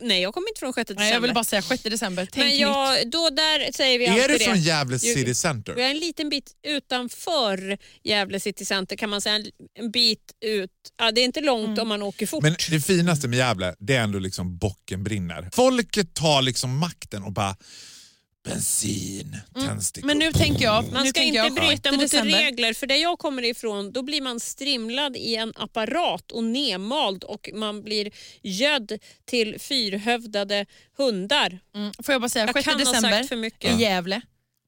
[SPEAKER 3] Nej jag kommer inte från 6 december.
[SPEAKER 4] Nej, jag vill bara säga 6 december. Tänk
[SPEAKER 3] men jag, då där säger vi
[SPEAKER 5] Är
[SPEAKER 3] alltid
[SPEAKER 5] du
[SPEAKER 3] det.
[SPEAKER 5] från Gävle
[SPEAKER 3] Ju-
[SPEAKER 5] City Center?
[SPEAKER 3] Vi är en liten bit utanför Gävle city center kan man säga. En, en bit ut. Ja, det är inte långt om man åker fort.
[SPEAKER 5] Men det finaste med Gävle, det är ändå liksom bocken brinner. Folket tar liksom makten och bara bensin,
[SPEAKER 3] Mm,
[SPEAKER 5] tändstickor.
[SPEAKER 4] Men nu tänker jag...
[SPEAKER 3] man
[SPEAKER 4] nu
[SPEAKER 3] ska
[SPEAKER 4] tänker jag,
[SPEAKER 3] inte bryta
[SPEAKER 4] 6
[SPEAKER 3] mot
[SPEAKER 4] december.
[SPEAKER 3] regler för där jag kommer ifrån då blir man strimlad i en apparat och nedmald och man blir gödd till fyrhövdade hundar.
[SPEAKER 4] Mm, Får jag bara säga
[SPEAKER 3] Jag
[SPEAKER 4] 6
[SPEAKER 3] kan ha sagt
[SPEAKER 4] december
[SPEAKER 3] för mycket.
[SPEAKER 4] i Gävle.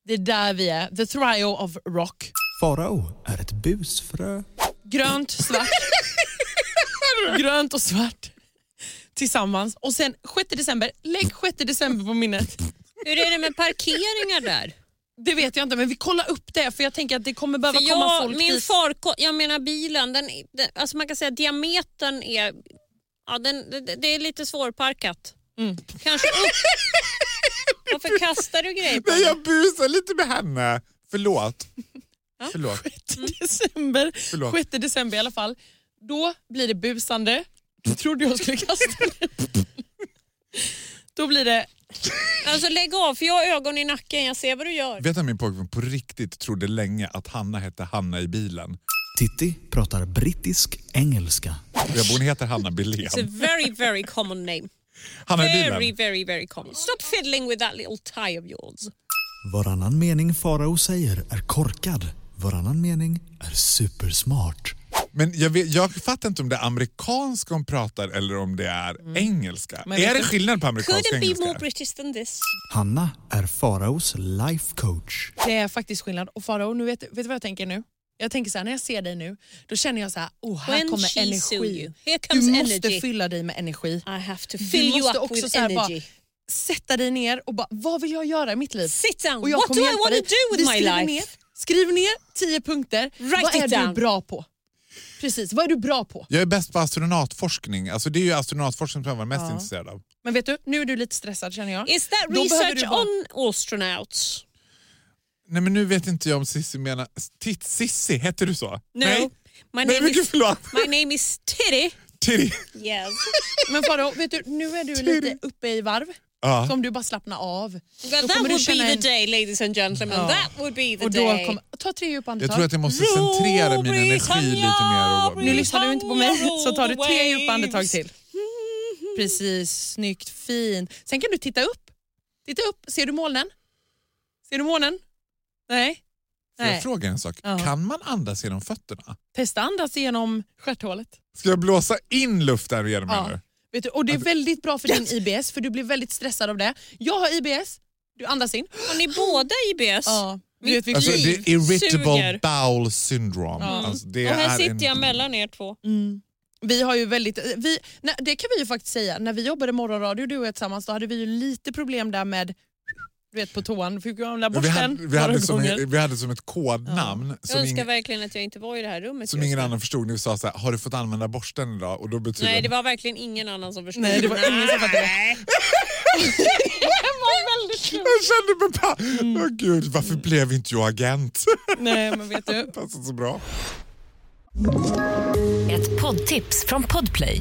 [SPEAKER 4] Det är där vi är. The Trio of Rock.
[SPEAKER 1] Farao är ett busfrö.
[SPEAKER 4] Grönt, svart. Grönt och svart tillsammans. Och sen 6 december. Lägg 6 december på minnet.
[SPEAKER 3] Hur är det med parkeringar där?
[SPEAKER 4] Det vet jag inte, men vi kollar upp det för jag tänker att det kommer behöva
[SPEAKER 3] För
[SPEAKER 4] komma
[SPEAKER 3] jag,
[SPEAKER 4] folk
[SPEAKER 3] min
[SPEAKER 4] dit.
[SPEAKER 3] farko- jag menar bilen, den, den, alltså man kan säga att diametern är, ja, den, det, det är lite svårparkat.
[SPEAKER 4] Mm.
[SPEAKER 3] Kanske upp. Varför kastar du grejer på
[SPEAKER 5] Nej,
[SPEAKER 3] mig?
[SPEAKER 5] jag busar lite med henne. Förlåt. Förlåt.
[SPEAKER 3] Mm.
[SPEAKER 4] 6 december.
[SPEAKER 5] Förlåt.
[SPEAKER 4] 6 december i alla fall. Då blir det busande. Du trodde jag skulle kasta det. Då blir det...
[SPEAKER 3] Alltså lägg av för jag har ögon i nacken, jag ser vad du gör.
[SPEAKER 5] Vet du att min pojkvän på riktigt trodde länge att Hanna hette Hanna i bilen?
[SPEAKER 1] Titti pratar brittisk engelska.
[SPEAKER 5] Jag borde heter Hanna Billén.
[SPEAKER 3] It's a very very common name.
[SPEAKER 5] Hanna i
[SPEAKER 3] Very
[SPEAKER 5] bilen.
[SPEAKER 3] very very common. Stop fiddling with that little tie of yours.
[SPEAKER 1] Varannan mening Farao säger är korkad. Varannan mening är supersmart.
[SPEAKER 5] Men jag, vet, jag fattar inte om det är amerikanska hon pratar eller om det är
[SPEAKER 3] Mm.
[SPEAKER 5] engelska.
[SPEAKER 4] Men
[SPEAKER 5] är
[SPEAKER 4] vet
[SPEAKER 5] det
[SPEAKER 4] du-
[SPEAKER 5] skillnad på amerikanska
[SPEAKER 3] Couldn't
[SPEAKER 5] och
[SPEAKER 3] be more
[SPEAKER 5] engelska?
[SPEAKER 3] British than this.
[SPEAKER 1] Hanna är Faraos life coach.
[SPEAKER 4] Det är faktiskt skillnad. Och Farao, nu vet, vet du vad jag tänker nu? Jag tänker så här, när jag ser dig nu, då känner jag så här, oh, här
[SPEAKER 3] When
[SPEAKER 4] kommer
[SPEAKER 3] she sue
[SPEAKER 4] energi.
[SPEAKER 3] you. Here
[SPEAKER 4] Du
[SPEAKER 3] comes
[SPEAKER 4] måste
[SPEAKER 3] energy.
[SPEAKER 4] fylla dig med energi.
[SPEAKER 3] I have to
[SPEAKER 4] Du
[SPEAKER 3] fill you
[SPEAKER 4] måste
[SPEAKER 3] up
[SPEAKER 4] också
[SPEAKER 3] with
[SPEAKER 4] så här bara-
[SPEAKER 3] energy.
[SPEAKER 4] Sätta dig ner och bara, vad vill jag göra i mitt liv?
[SPEAKER 3] Sit down.
[SPEAKER 4] Och jag
[SPEAKER 3] What do
[SPEAKER 4] kommer
[SPEAKER 3] I
[SPEAKER 4] hjälpa
[SPEAKER 3] want to
[SPEAKER 4] dig.
[SPEAKER 3] do
[SPEAKER 4] Vi
[SPEAKER 3] with my
[SPEAKER 4] skriver
[SPEAKER 3] life?
[SPEAKER 4] Ner, skriv ner tio punkter.
[SPEAKER 3] Write
[SPEAKER 4] vad
[SPEAKER 3] it
[SPEAKER 4] är
[SPEAKER 3] down.
[SPEAKER 4] du bra på? Precis, vad är du bra på?
[SPEAKER 5] Jag är bäst på astronautforskning. Alltså det är ju astronautforskning som jag var mest intresserad av.
[SPEAKER 4] Men vet du, nu är du lite stressad känner jag.
[SPEAKER 3] Is that
[SPEAKER 4] Då behöver
[SPEAKER 3] research
[SPEAKER 4] du vara-
[SPEAKER 3] on astronauts?
[SPEAKER 5] Nej men nu vet inte jag om Sissi menar... Titt, Sissi, heter du så?
[SPEAKER 3] No.
[SPEAKER 5] Nej,
[SPEAKER 3] My,
[SPEAKER 5] Nej
[SPEAKER 3] name
[SPEAKER 5] men gud
[SPEAKER 3] is,
[SPEAKER 5] förlåt.
[SPEAKER 3] my name is Titty.
[SPEAKER 5] Tiri.
[SPEAKER 3] Yes.
[SPEAKER 4] Men Farao, vet du, nu är du lite uppe i varv.
[SPEAKER 5] Ja.
[SPEAKER 4] Så om du bara slappnar av.
[SPEAKER 3] That,
[SPEAKER 4] kommer du
[SPEAKER 3] would be
[SPEAKER 4] känna
[SPEAKER 3] the
[SPEAKER 4] en-
[SPEAKER 3] day ladies and gentlemen. That would be the
[SPEAKER 4] Och då
[SPEAKER 3] day.
[SPEAKER 4] kom, ta tre djupa
[SPEAKER 5] Jag tror
[SPEAKER 4] andetag.
[SPEAKER 5] att jag måste centrera min energi lite mer. Och,
[SPEAKER 4] Nu lyssnar du inte på mig så tar du tre djupa andetag till. Precis, snyggt, fint. Sen kan du titta upp. Titta upp, ser du molnen? Ser du molnen? Nej.
[SPEAKER 5] Får jag
[SPEAKER 4] Nej.
[SPEAKER 5] fråga en sak?
[SPEAKER 4] Ja.
[SPEAKER 5] Kan man andas genom fötterna?
[SPEAKER 4] Testa andas genom stjärthålet.
[SPEAKER 5] Ska jag blåsa in luft där genom
[SPEAKER 4] Ja.
[SPEAKER 5] henne?
[SPEAKER 4] Vet du, och
[SPEAKER 5] Alltså-
[SPEAKER 4] det är väldigt bra för din IBS för du blir väldigt stressad av det. Jag har IBS, du andas in.
[SPEAKER 3] Har ni båda IBS?
[SPEAKER 4] Ja. Du vet vilket
[SPEAKER 5] Alltså,
[SPEAKER 4] liv.
[SPEAKER 5] det är irritable
[SPEAKER 3] suger.
[SPEAKER 5] bowel syndrome. Alltså, det
[SPEAKER 3] Och här
[SPEAKER 5] är Mm, en-
[SPEAKER 3] sitter jag mellan er två.
[SPEAKER 4] Vi har ju väldigt, vi, nej, det kan vi ju faktiskt säga, när vi jobbade morgonradio du och jag tillsammans då hade vi ju lite problem där med du vet på toan, fick vi använda
[SPEAKER 5] Men Vi hade,
[SPEAKER 4] borsten
[SPEAKER 5] vi,
[SPEAKER 4] några
[SPEAKER 5] hade liksom som,
[SPEAKER 4] gånger.
[SPEAKER 5] vi hade som ett kodnamn
[SPEAKER 3] Jag
[SPEAKER 5] som,
[SPEAKER 3] önskar
[SPEAKER 5] ingen,
[SPEAKER 3] verkligen att jag inte var i det här rummet
[SPEAKER 5] som
[SPEAKER 3] just
[SPEAKER 5] ingen
[SPEAKER 3] nu.
[SPEAKER 5] annan förstod. När vi sa så här, har du fått använda borsten idag? Och då betyder
[SPEAKER 3] Nej, det var verkligen ingen annan som förstod.
[SPEAKER 4] Nej, det var ingen som fattade det.
[SPEAKER 5] Jag kände mig bara, åh
[SPEAKER 4] Mm.
[SPEAKER 5] gud, varför blev inte jag agent?
[SPEAKER 4] Nej, men vet du.
[SPEAKER 5] Passar så bra.
[SPEAKER 6] Ett poddtips från Podplay.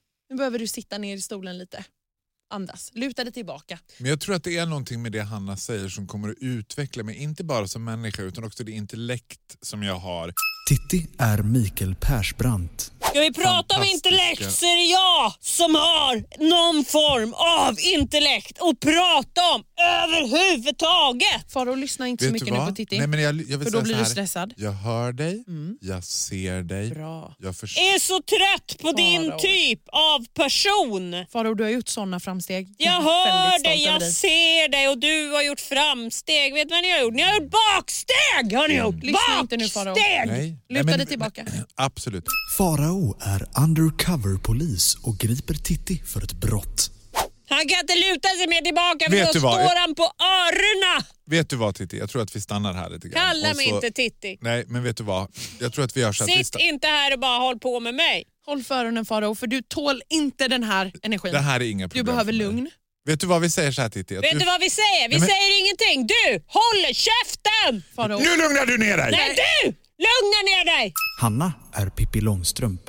[SPEAKER 4] nu behöver du sitta ner i stolen lite. Andas, luta dig tillbaka.
[SPEAKER 5] Men jag tror att det är någonting med det Hanna säger som kommer att utveckla mig, inte bara som människa utan också det intellekt som jag har.
[SPEAKER 1] Titti är Mikael Persbrandt.
[SPEAKER 3] Ska vi prata om
[SPEAKER 5] Fantastiska.
[SPEAKER 3] intellekt så är det jag som har någon form av intellekt att prata om överhuvudtaget.
[SPEAKER 4] Farao, lyssna inte
[SPEAKER 5] Vet
[SPEAKER 4] så
[SPEAKER 5] du
[SPEAKER 4] mycket nu
[SPEAKER 5] vad?
[SPEAKER 4] på Titti.
[SPEAKER 5] Nej, men jag, jag vill
[SPEAKER 4] för
[SPEAKER 5] säga
[SPEAKER 4] då blir
[SPEAKER 5] så
[SPEAKER 4] du
[SPEAKER 5] här.
[SPEAKER 4] stressad. Mm.
[SPEAKER 5] Jag hör dig, jag ser dig,
[SPEAKER 4] Bra.
[SPEAKER 5] jag förstår.
[SPEAKER 3] Är så trött på din
[SPEAKER 4] Farao.
[SPEAKER 3] typ av person.
[SPEAKER 4] Farao, du har gjort sådana framsteg.
[SPEAKER 3] Jag
[SPEAKER 4] är
[SPEAKER 3] hör
[SPEAKER 4] väldigt
[SPEAKER 3] dig,
[SPEAKER 4] stolt över
[SPEAKER 3] jag ser dig och du har gjort framsteg. Vet du vad ni har gjort? Ni har gjort baksteg! Har ni gjort?
[SPEAKER 4] Lyssna inte nu, Farao.
[SPEAKER 3] Baksteg!
[SPEAKER 5] Nej.
[SPEAKER 4] Luta
[SPEAKER 5] Nej,
[SPEAKER 4] dig tillbaka.
[SPEAKER 5] Absolut.
[SPEAKER 1] Farao är undercover-polis och griper Titti för ett brott.
[SPEAKER 3] Han kan inte luta sig mer tillbaka för
[SPEAKER 5] Vet
[SPEAKER 3] då
[SPEAKER 5] du vad?
[SPEAKER 3] står han på öronen.
[SPEAKER 5] Vet du vad Titti, jag tror att vi stannar här lite grann.
[SPEAKER 3] Kalla
[SPEAKER 5] Och
[SPEAKER 3] mig
[SPEAKER 5] så-
[SPEAKER 3] inte Titti.
[SPEAKER 5] Nej, men vet du vad? Jag tror att vi gör så att vi
[SPEAKER 3] Sitt
[SPEAKER 5] sta-
[SPEAKER 3] inte här och bara håll på med mig.
[SPEAKER 4] Håll för öronen Farao, för du tål inte den här energin.
[SPEAKER 5] Det här är inga
[SPEAKER 4] du
[SPEAKER 5] problem
[SPEAKER 4] behöver
[SPEAKER 5] för mig.
[SPEAKER 4] lugn.
[SPEAKER 5] Vet du vad vi säger så här Titti? Att
[SPEAKER 3] Vet du vad vi säger?
[SPEAKER 5] Nej,
[SPEAKER 3] Vi
[SPEAKER 5] men-
[SPEAKER 3] säger ingenting. Du, håll käften!
[SPEAKER 4] Farao.
[SPEAKER 5] Nu lugnar du ner dig!
[SPEAKER 3] Nej, du! Lugna ner dig!
[SPEAKER 1] Hanna är Pippi Långstrump.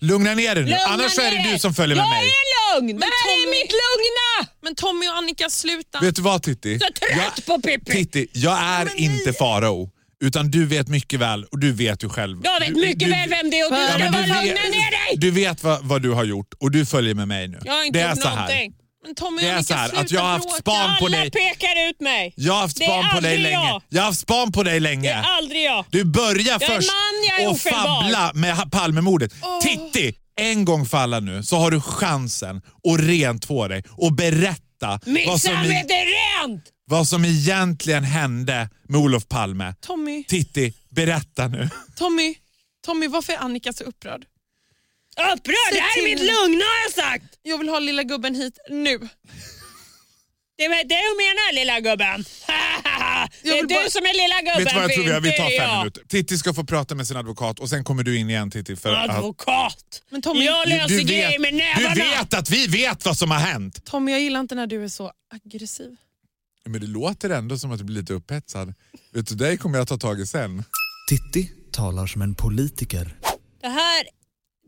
[SPEAKER 5] Lugna ner dig nu,
[SPEAKER 3] Lugna
[SPEAKER 5] annars så
[SPEAKER 3] ner
[SPEAKER 5] är det
[SPEAKER 3] dig.
[SPEAKER 5] du som följer med
[SPEAKER 3] jag
[SPEAKER 5] mig.
[SPEAKER 3] Jag är lugn! Det här är
[SPEAKER 4] Tommy-
[SPEAKER 3] mitt lugna!
[SPEAKER 4] Men Tommy och Annika, sluta.
[SPEAKER 5] Vet du vad Titti?
[SPEAKER 3] Jag är trött på Pippi.
[SPEAKER 5] Titti, jag är inte farao. Utan du vet mycket väl och du vet ju själv.
[SPEAKER 3] Jag vet
[SPEAKER 5] du,
[SPEAKER 3] mycket
[SPEAKER 5] du,
[SPEAKER 3] väl vem det är och du
[SPEAKER 4] Ja,
[SPEAKER 3] ska
[SPEAKER 5] men
[SPEAKER 3] bara
[SPEAKER 5] du
[SPEAKER 3] lugna
[SPEAKER 5] vet-
[SPEAKER 3] ner dig!
[SPEAKER 5] Du vet vad, vad du har gjort och du följer med mig nu.
[SPEAKER 3] Jag har inte
[SPEAKER 5] det är
[SPEAKER 3] gjort
[SPEAKER 5] så här.
[SPEAKER 3] någonting.
[SPEAKER 4] Men Tommy
[SPEAKER 5] Det
[SPEAKER 4] och
[SPEAKER 5] är så
[SPEAKER 4] Annika,
[SPEAKER 5] här
[SPEAKER 4] sluta
[SPEAKER 5] att jag har haft
[SPEAKER 4] bråka.
[SPEAKER 5] span på
[SPEAKER 3] Alla
[SPEAKER 5] dig.
[SPEAKER 3] pekar ut mig.
[SPEAKER 5] Jag har haft
[SPEAKER 3] Det är
[SPEAKER 5] span på dig
[SPEAKER 3] aldrig
[SPEAKER 5] länge.
[SPEAKER 3] jag.
[SPEAKER 5] Jag har haft span på dig
[SPEAKER 3] Det
[SPEAKER 5] länge.
[SPEAKER 3] är aldrig jag.
[SPEAKER 5] Du börjar
[SPEAKER 3] Jag är
[SPEAKER 5] först
[SPEAKER 3] man, jag är
[SPEAKER 5] och
[SPEAKER 3] ofelbar.
[SPEAKER 5] fabbla med ha- Palmemordet. Titti, en gång för alla nu så har du chansen att rent på dig och berätta
[SPEAKER 3] Mitt
[SPEAKER 5] vad som, i,
[SPEAKER 3] samvete är rent!
[SPEAKER 5] vad som egentligen hände med Olof Palme.
[SPEAKER 4] Tommy,
[SPEAKER 5] Titti, berätta nu.
[SPEAKER 4] Tommy, Tommy, varför är Annika så upprörd?
[SPEAKER 3] Upprörd! Det här är
[SPEAKER 4] till
[SPEAKER 3] mitt
[SPEAKER 4] henne.
[SPEAKER 3] lugna har jag sagt!
[SPEAKER 4] Jag vill ha lilla gubben hit nu.
[SPEAKER 3] Det är det du menar lilla gubben. det
[SPEAKER 4] Jag
[SPEAKER 3] är
[SPEAKER 4] vill
[SPEAKER 3] du
[SPEAKER 4] bara-
[SPEAKER 3] som är lilla gubben
[SPEAKER 5] Vet du vad jag tror? Vi,
[SPEAKER 3] för
[SPEAKER 5] gör? vi
[SPEAKER 3] inte
[SPEAKER 5] tar fem
[SPEAKER 3] jag.
[SPEAKER 5] minuter. Titti ska få prata med sin advokat och sen kommer du in igen Titti. För att,
[SPEAKER 3] Advokat!
[SPEAKER 4] Men Tommy,
[SPEAKER 3] jag
[SPEAKER 5] Du-
[SPEAKER 3] löser
[SPEAKER 5] du,
[SPEAKER 3] grejer
[SPEAKER 5] vet,
[SPEAKER 3] med
[SPEAKER 5] du
[SPEAKER 3] nävarna!
[SPEAKER 5] vet att vi vet vad som har hänt.
[SPEAKER 4] Tommy, jag gillar inte när du är så aggressiv.
[SPEAKER 5] Men det låter ändå som att du blir lite upphetsad. Vet du, dig kommer jag ta tag i sen.
[SPEAKER 1] Titti talar som en politiker.
[SPEAKER 3] Det här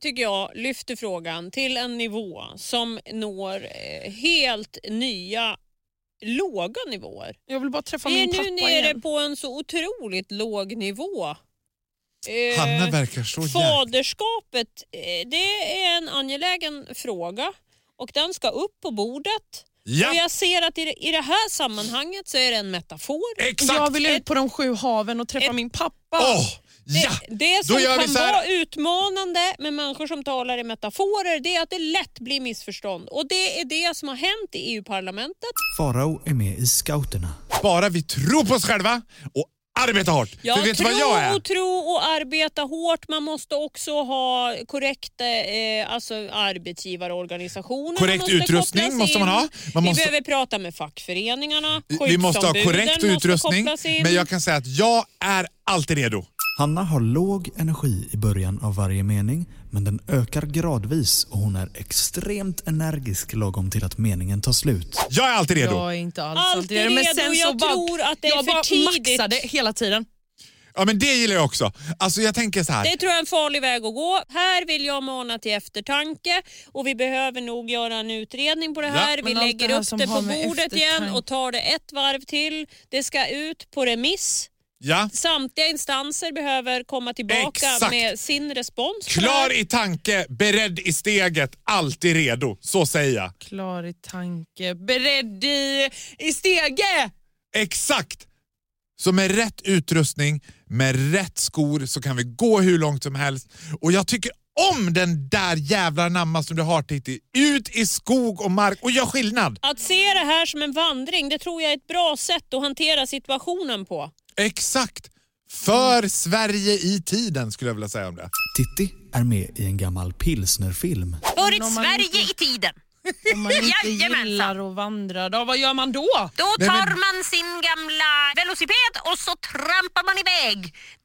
[SPEAKER 3] tycker jag lyfter frågan till en nivå som når eh, helt nya låga nivåer.
[SPEAKER 4] Jag vill bara träffa
[SPEAKER 3] Vi är
[SPEAKER 4] min
[SPEAKER 3] nu
[SPEAKER 4] pappa
[SPEAKER 3] nere
[SPEAKER 4] igen.
[SPEAKER 3] på en så otroligt låg nivå. Eh,
[SPEAKER 5] Hanna verkar så jävla...
[SPEAKER 3] Faderskapet, eh, det är en angelägen fråga och den ska upp på bordet. Och
[SPEAKER 5] Ja,
[SPEAKER 3] jag ser att i det, i det här sammanhanget så är det en metafor.
[SPEAKER 5] exakt!
[SPEAKER 4] Jag vill ut på de sju haven och träffa
[SPEAKER 3] Ett-
[SPEAKER 4] min pappa.
[SPEAKER 5] Åh, ja!
[SPEAKER 3] Eh, Det, det som
[SPEAKER 5] Då gör vi
[SPEAKER 3] kan
[SPEAKER 5] så här.
[SPEAKER 3] vara utmanande med människor som talar i metaforer det är att det lätt blir missförstånd. Och det är det som har hänt i EU-parlamentet.
[SPEAKER 1] Farao är med i scouterna.
[SPEAKER 5] Bara vi tror på oss själva och arbetar hårt.
[SPEAKER 3] Ja,
[SPEAKER 5] För vet du
[SPEAKER 3] tro
[SPEAKER 5] vad jag är?
[SPEAKER 3] och tro och arbeta hårt. Man måste också ha korrekt eh, alltså arbetsgivarorganisationer.
[SPEAKER 5] Korrekt
[SPEAKER 3] Man
[SPEAKER 5] utrustning
[SPEAKER 3] kopplas
[SPEAKER 5] måste man
[SPEAKER 3] in.
[SPEAKER 5] ha. Man
[SPEAKER 3] Vi
[SPEAKER 5] måste-
[SPEAKER 3] behöver prata med fackföreningarna.
[SPEAKER 5] Vi- Vi måste ha
[SPEAKER 3] Skyddsombuden
[SPEAKER 5] korrekt
[SPEAKER 3] måste
[SPEAKER 5] utrustning,
[SPEAKER 3] kopplas in.
[SPEAKER 5] men jag kan säga att jag är alltid redo.
[SPEAKER 1] Hanna har låg energi i början av varje mening, men den ökar gradvis och hon är extremt energisk lagom till att meningen tar slut.
[SPEAKER 5] Jag är alltid redo.
[SPEAKER 4] Jag är inte alls
[SPEAKER 3] Alltid
[SPEAKER 4] alltid redo.
[SPEAKER 3] redo, jag tror att det är
[SPEAKER 4] jag
[SPEAKER 3] för
[SPEAKER 4] bara
[SPEAKER 3] tidigt.
[SPEAKER 4] maxade hela tiden.
[SPEAKER 5] Ja, men det gillar jag också. Alltså, jag tänker så här.
[SPEAKER 3] Det tror jag är en farlig väg att gå. Här vill jag mana till eftertanke och vi behöver nog göra en utredning på det här.
[SPEAKER 5] men
[SPEAKER 3] vi
[SPEAKER 4] allt
[SPEAKER 3] lägger
[SPEAKER 4] det här
[SPEAKER 3] upp
[SPEAKER 4] som
[SPEAKER 3] det på
[SPEAKER 4] har med
[SPEAKER 3] bordet igen
[SPEAKER 4] eftertanke-
[SPEAKER 3] och tar det ett varv till. Det ska ut på remiss.
[SPEAKER 5] Ja.
[SPEAKER 3] Samtliga instanser behöver komma tillbaka
[SPEAKER 5] Exakt.
[SPEAKER 3] med sin respons. på det här.
[SPEAKER 5] Klar i tanke, beredd i steget, alltid redo. Så säger jag.
[SPEAKER 4] Klar i tanke, beredd i, i stege.
[SPEAKER 5] Exakt! Så med rätt utrustning, med rätt skor så kan vi gå hur långt som helst. Och jag tycker om den där jävla namma som du har Titti. Ut i skog och mark och gör skillnad.
[SPEAKER 3] Att se det här som en vandring, det tror jag är ett bra sätt att hantera situationen på.
[SPEAKER 5] Exakt! För Sverige i tiden skulle jag vilja säga om det.
[SPEAKER 1] Titti är med i en gammal pilsnerfilm.
[SPEAKER 3] För
[SPEAKER 4] om
[SPEAKER 3] ett
[SPEAKER 4] man-
[SPEAKER 3] Sverige i tiden.
[SPEAKER 4] Om man inte
[SPEAKER 7] Jajamensan.
[SPEAKER 4] gillar att vandra, då, vad gör man då?
[SPEAKER 7] Då
[SPEAKER 5] Nej, men-
[SPEAKER 7] tar man sin gamla velociped och så trampar man iväg.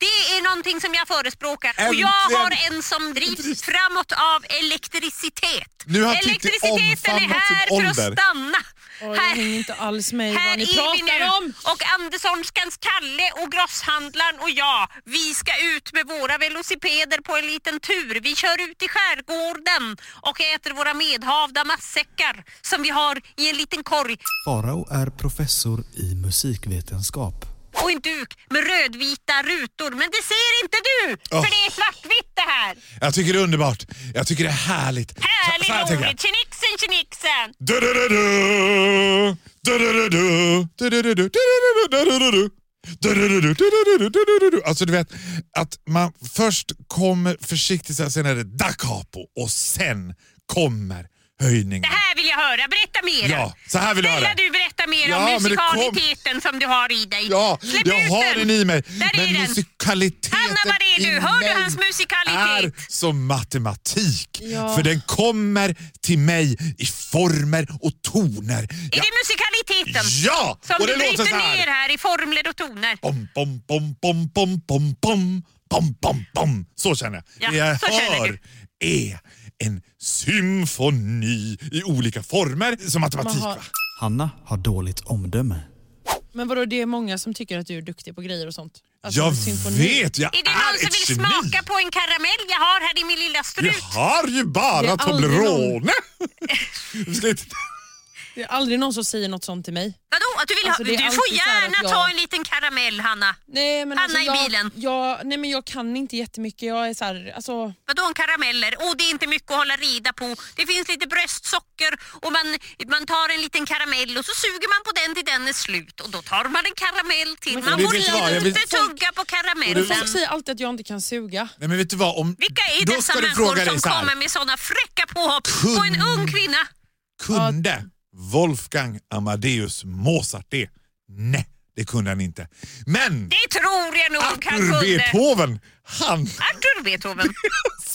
[SPEAKER 7] Det är någonting som jag förespråkar. Och jag
[SPEAKER 5] Äntligen!
[SPEAKER 7] har en som drivs framåt av elektricitet.
[SPEAKER 5] Nu har Titti
[SPEAKER 7] Elektriciteten är
[SPEAKER 5] omfamnat sin
[SPEAKER 7] här för
[SPEAKER 5] ålder.
[SPEAKER 7] att stanna.
[SPEAKER 4] Oj, jag
[SPEAKER 7] här
[SPEAKER 4] hänger inte alls med i
[SPEAKER 7] här
[SPEAKER 4] vad ni
[SPEAKER 7] är vi nu.
[SPEAKER 4] pratar om.
[SPEAKER 7] Och Andersonskans Kalle och grosshandlaren och jag, vi ska ut med våra velocipeder på en liten tur. Vi kör ut i skärgården och äter våra medhavda matsäckar som vi har i en liten korg
[SPEAKER 1] Farao är professor i musikvetenskap.
[SPEAKER 7] och en duk med rödvita rutor. Men det ser inte du,
[SPEAKER 5] Åh.
[SPEAKER 7] för det är svartvitt det här.
[SPEAKER 5] Jag tycker det är underbart. Jag tycker det är härligt. Så- så här
[SPEAKER 7] Härligt
[SPEAKER 5] tänker jag.
[SPEAKER 7] roligt! Tjenixen, tjenixen!
[SPEAKER 5] Du-du-du-du. Du-du-du-du. Du-du-du-du. Du-du-du-du. Du-du-du-du. Du-du-du-du. Du-du-du-du. Alltså du vet, att man först kommer försiktigt, sen är det da capo och sen kommer höjningen.
[SPEAKER 7] Det här vill jag höra, berätta mer.
[SPEAKER 5] Ja, så här vill jag
[SPEAKER 7] Snälla
[SPEAKER 5] höra.
[SPEAKER 7] du, berätta mer
[SPEAKER 5] Ja,
[SPEAKER 7] om
[SPEAKER 5] men det kom-
[SPEAKER 7] musikaliteten som du har i dig.
[SPEAKER 5] Ja,
[SPEAKER 7] Släpp
[SPEAKER 5] jag
[SPEAKER 7] ut
[SPEAKER 5] har den i mig.
[SPEAKER 7] Där är
[SPEAKER 5] Men
[SPEAKER 7] den.
[SPEAKER 5] musikaliteten
[SPEAKER 7] Hanna Marie,
[SPEAKER 5] i
[SPEAKER 7] du, hör du
[SPEAKER 5] mig
[SPEAKER 7] hans musikalitet?
[SPEAKER 5] är som matematik.
[SPEAKER 4] Ja.
[SPEAKER 5] För den kommer till mig i former och toner.
[SPEAKER 7] Är det musikaliteten
[SPEAKER 5] ja!
[SPEAKER 7] som
[SPEAKER 5] och det
[SPEAKER 7] du
[SPEAKER 5] låter så
[SPEAKER 7] bryter
[SPEAKER 5] här.
[SPEAKER 7] ner här i formler och toner?
[SPEAKER 5] Bom, bom, bom, bom, bom, bom, bom, bom, bom, bom. Så känner jag.
[SPEAKER 7] Ja,
[SPEAKER 5] det jag
[SPEAKER 7] så känner
[SPEAKER 5] hör är en symfoni i olika former som matematik.
[SPEAKER 4] Jaha.
[SPEAKER 5] Va?
[SPEAKER 1] Hanna har dåligt omdöme.
[SPEAKER 4] Men vadå, det är många som tycker att du är duktig på grejer och sånt. Alltså,
[SPEAKER 5] Jag
[SPEAKER 4] med symfoni.
[SPEAKER 5] vet, jag
[SPEAKER 7] Är det
[SPEAKER 5] är
[SPEAKER 7] någon
[SPEAKER 5] Ah,
[SPEAKER 7] som
[SPEAKER 5] ett
[SPEAKER 7] vill smaka på en karamell jag har här i min lilla
[SPEAKER 5] Du
[SPEAKER 7] strut?
[SPEAKER 5] har ju
[SPEAKER 4] Det är
[SPEAKER 5] bara
[SPEAKER 4] aldrig någon-
[SPEAKER 5] Toblerone! Vi ska inte-
[SPEAKER 4] Det är aldrig någon som säger något sånt till mig.
[SPEAKER 7] Vadå? Att du, vill
[SPEAKER 4] Alltså, det
[SPEAKER 7] ha...
[SPEAKER 4] är
[SPEAKER 7] du får
[SPEAKER 4] alltid så här att
[SPEAKER 7] gärna
[SPEAKER 4] jag-
[SPEAKER 7] ta en liten karamell, Hanna.
[SPEAKER 4] Nej, men
[SPEAKER 7] Hanna
[SPEAKER 4] alltså,
[SPEAKER 7] i
[SPEAKER 4] jag,
[SPEAKER 7] bilen.
[SPEAKER 4] Jag, nej, men jag kan inte jättemycket. Jag är så här, alltså,
[SPEAKER 7] Vadå en karameller? Åh, det är inte mycket att hålla reda på. Det finns lite bröstsocker och man, man tar en liten karamell och så suger man på den till den är slut och då tar man en karamell till. Man
[SPEAKER 5] det
[SPEAKER 7] får
[SPEAKER 5] vet du vad, jag
[SPEAKER 7] inte
[SPEAKER 5] vill-
[SPEAKER 7] tugga på karamellen.
[SPEAKER 4] folk säger alltid att jag inte kan suga.
[SPEAKER 5] Nej men vet du vad, om,
[SPEAKER 7] Vilka är
[SPEAKER 5] då
[SPEAKER 7] dessa
[SPEAKER 5] ska du fråga
[SPEAKER 7] människor
[SPEAKER 5] dig så
[SPEAKER 7] som kommer
[SPEAKER 5] här.
[SPEAKER 7] med såna fräcka påhopp på en ung kvinna?
[SPEAKER 5] Kunde Wolfgang Amadeus Mozart det? Nej, det kunde han inte. Men
[SPEAKER 7] Det tror jag nog han
[SPEAKER 5] Arthur
[SPEAKER 7] kunde.
[SPEAKER 5] Beethoven, hans
[SPEAKER 7] Arthur Beethoven.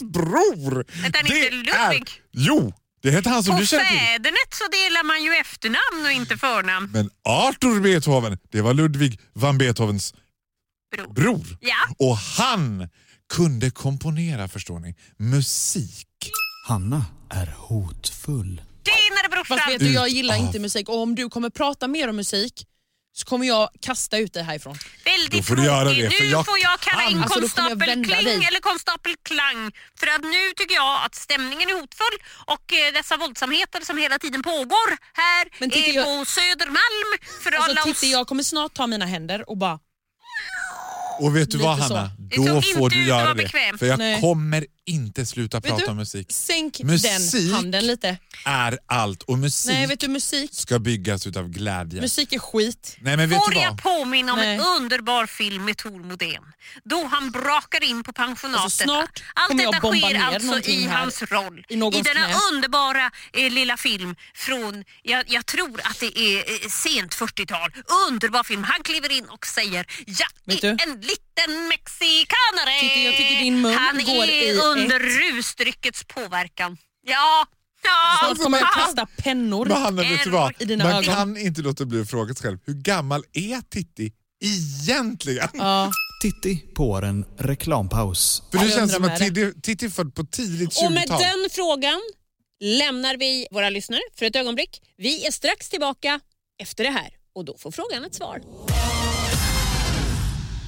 [SPEAKER 5] bror!
[SPEAKER 7] Hette han inte Ludwig?
[SPEAKER 5] Jo, det hette han som
[SPEAKER 7] På
[SPEAKER 5] du känner till.
[SPEAKER 7] fädernet så delar man ju efternamn och inte förnamn.
[SPEAKER 5] Men Arthur Beethoven, det var Ludwig van Beethovens
[SPEAKER 7] Bror.
[SPEAKER 5] bror.
[SPEAKER 7] Ja.
[SPEAKER 5] Och han kunde komponera, förstår ni, musik.
[SPEAKER 1] Hanna är hotfull.
[SPEAKER 7] Tjenare
[SPEAKER 4] Fast vet
[SPEAKER 7] brorsan!
[SPEAKER 4] du,
[SPEAKER 5] Ut
[SPEAKER 4] jag gillar
[SPEAKER 5] av-
[SPEAKER 4] inte musik och om du kommer prata mer om musik så kommer jag kasta ut dig härifrån.
[SPEAKER 7] Väldigt
[SPEAKER 5] Då får du göra
[SPEAKER 7] tråkig.
[SPEAKER 5] det, för
[SPEAKER 7] Nu
[SPEAKER 5] jag
[SPEAKER 7] får jag kalla in
[SPEAKER 5] kan.
[SPEAKER 4] Alltså, då kommer jag
[SPEAKER 7] konstapel
[SPEAKER 4] vända
[SPEAKER 7] Kling
[SPEAKER 4] dig.
[SPEAKER 7] eller konstapel Klang. För att nu tycker jag att stämningen är hotfull och eh, dessa våldsamheter som hela tiden pågår här
[SPEAKER 4] Men
[SPEAKER 7] eh,
[SPEAKER 4] Titti,
[SPEAKER 7] på
[SPEAKER 4] jag-
[SPEAKER 7] Södermalm. För alla
[SPEAKER 4] Alltså,
[SPEAKER 7] oss...
[SPEAKER 4] titta, jag kommer snart ta mina händer och bara...
[SPEAKER 5] Och vet du
[SPEAKER 4] Lite
[SPEAKER 5] vad
[SPEAKER 4] så.
[SPEAKER 5] Hanna,
[SPEAKER 7] Det
[SPEAKER 5] då
[SPEAKER 7] såg
[SPEAKER 5] får
[SPEAKER 7] inte
[SPEAKER 5] du
[SPEAKER 7] ut att
[SPEAKER 5] göra
[SPEAKER 7] vara
[SPEAKER 5] det.
[SPEAKER 7] bekvämt.
[SPEAKER 5] För jag
[SPEAKER 4] Nej.
[SPEAKER 5] kommer inte sluta prata
[SPEAKER 4] du?
[SPEAKER 5] om musik.
[SPEAKER 4] Sänk
[SPEAKER 5] Musik.
[SPEAKER 4] den handen lite.
[SPEAKER 5] Är allt och musik
[SPEAKER 4] Nej, vet du, musik,
[SPEAKER 5] ska byggas utav glädje.
[SPEAKER 4] musik är skit.
[SPEAKER 5] Nej men vet
[SPEAKER 7] Får
[SPEAKER 5] du vad?
[SPEAKER 7] jag påminna om
[SPEAKER 4] Nej.
[SPEAKER 7] en underbar film med Tor Modén då han brakar in på pensionatet.
[SPEAKER 4] Alltså, snart
[SPEAKER 7] Allt
[SPEAKER 4] kommer jag
[SPEAKER 7] detta
[SPEAKER 4] bomba
[SPEAKER 7] sker
[SPEAKER 4] ner
[SPEAKER 7] alltså
[SPEAKER 4] någonting
[SPEAKER 7] i
[SPEAKER 4] här
[SPEAKER 7] hans roll.
[SPEAKER 4] i någons
[SPEAKER 7] denna
[SPEAKER 4] knä.
[SPEAKER 7] underbara eh, lilla film från, jag, jag tror att det är eh, sent 40-tal. Underbar film. Han kliver in och säger jag
[SPEAKER 4] Vet
[SPEAKER 7] är
[SPEAKER 4] du?
[SPEAKER 7] en liten mexikanare.
[SPEAKER 4] Titti, jag tycker din mun
[SPEAKER 7] han
[SPEAKER 4] går
[SPEAKER 7] är
[SPEAKER 4] i
[SPEAKER 7] under rusdryckets påverkan. Ja, ja.
[SPEAKER 4] Snart kommer jag
[SPEAKER 7] ja.
[SPEAKER 4] kasta pennor.
[SPEAKER 5] Men Hanna, vet du vad?
[SPEAKER 4] I dina
[SPEAKER 5] Man
[SPEAKER 4] ögon.
[SPEAKER 5] kan inte låta bli att fråga sig själv, hur gammal är Titti egentligen?
[SPEAKER 4] Ja.
[SPEAKER 1] Titti på en reklampaus.
[SPEAKER 5] För det
[SPEAKER 4] jag
[SPEAKER 5] känns
[SPEAKER 4] undrar
[SPEAKER 5] som att
[SPEAKER 4] med
[SPEAKER 5] Titti, Titti är född på tidigt
[SPEAKER 3] Och med
[SPEAKER 5] 20-tal.
[SPEAKER 3] den frågan lämnar vi våra lyssnare för ett ögonblick. Vi är strax tillbaka efter det här och då får frågan ett svar.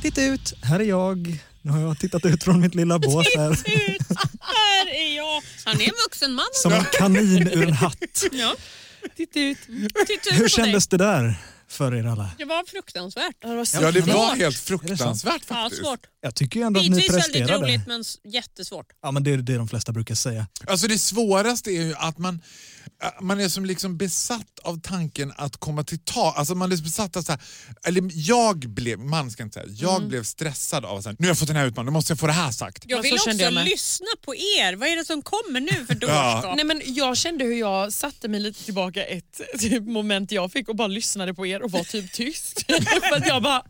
[SPEAKER 1] Titta ut, här är jag. Nu har jag tittat ut från mitt lilla bås här.
[SPEAKER 3] Här är jag. Han är en vuxen man.
[SPEAKER 1] Som en kanin ur en hatt.
[SPEAKER 3] Ja.
[SPEAKER 4] Titta ut.
[SPEAKER 3] Titta
[SPEAKER 1] Hur
[SPEAKER 3] på
[SPEAKER 1] kändes det där för er alla?
[SPEAKER 3] Det var fruktansvärt.
[SPEAKER 4] Ja, det var så-
[SPEAKER 5] Ja, det var
[SPEAKER 1] Svårt.
[SPEAKER 5] helt
[SPEAKER 1] Är
[SPEAKER 5] fruktansvärt
[SPEAKER 3] Ja,
[SPEAKER 5] faktiskt.
[SPEAKER 3] svårt.
[SPEAKER 1] Jag tycker ju ändå att ni
[SPEAKER 3] Bitvis väldigt
[SPEAKER 1] presterade.
[SPEAKER 3] roligt men s- jättesvårt.
[SPEAKER 1] Ja, men det är det de flesta brukar säga.
[SPEAKER 5] Alltså det svåraste är ju att man, äh, man är som liksom besatt av tanken att komma till ta. Alltså man är besatt av så här, eller jag blev, man ska inte säga, jag blev stressad av så här, nu har jag fått den här utmaningen, nu måste jag få det här sagt.
[SPEAKER 3] Jag
[SPEAKER 4] Ja,
[SPEAKER 3] vill
[SPEAKER 4] så
[SPEAKER 3] också
[SPEAKER 4] kände Mm. jag med.
[SPEAKER 3] lyssna på er. Vad är det som kommer nu för
[SPEAKER 5] Ja.
[SPEAKER 3] dårskap?
[SPEAKER 4] Nej, men jag kände hur jag satte mig lite tillbaka ett typ, moment jag fick och bara lyssnade på er och var typ tyst. För att jag bara,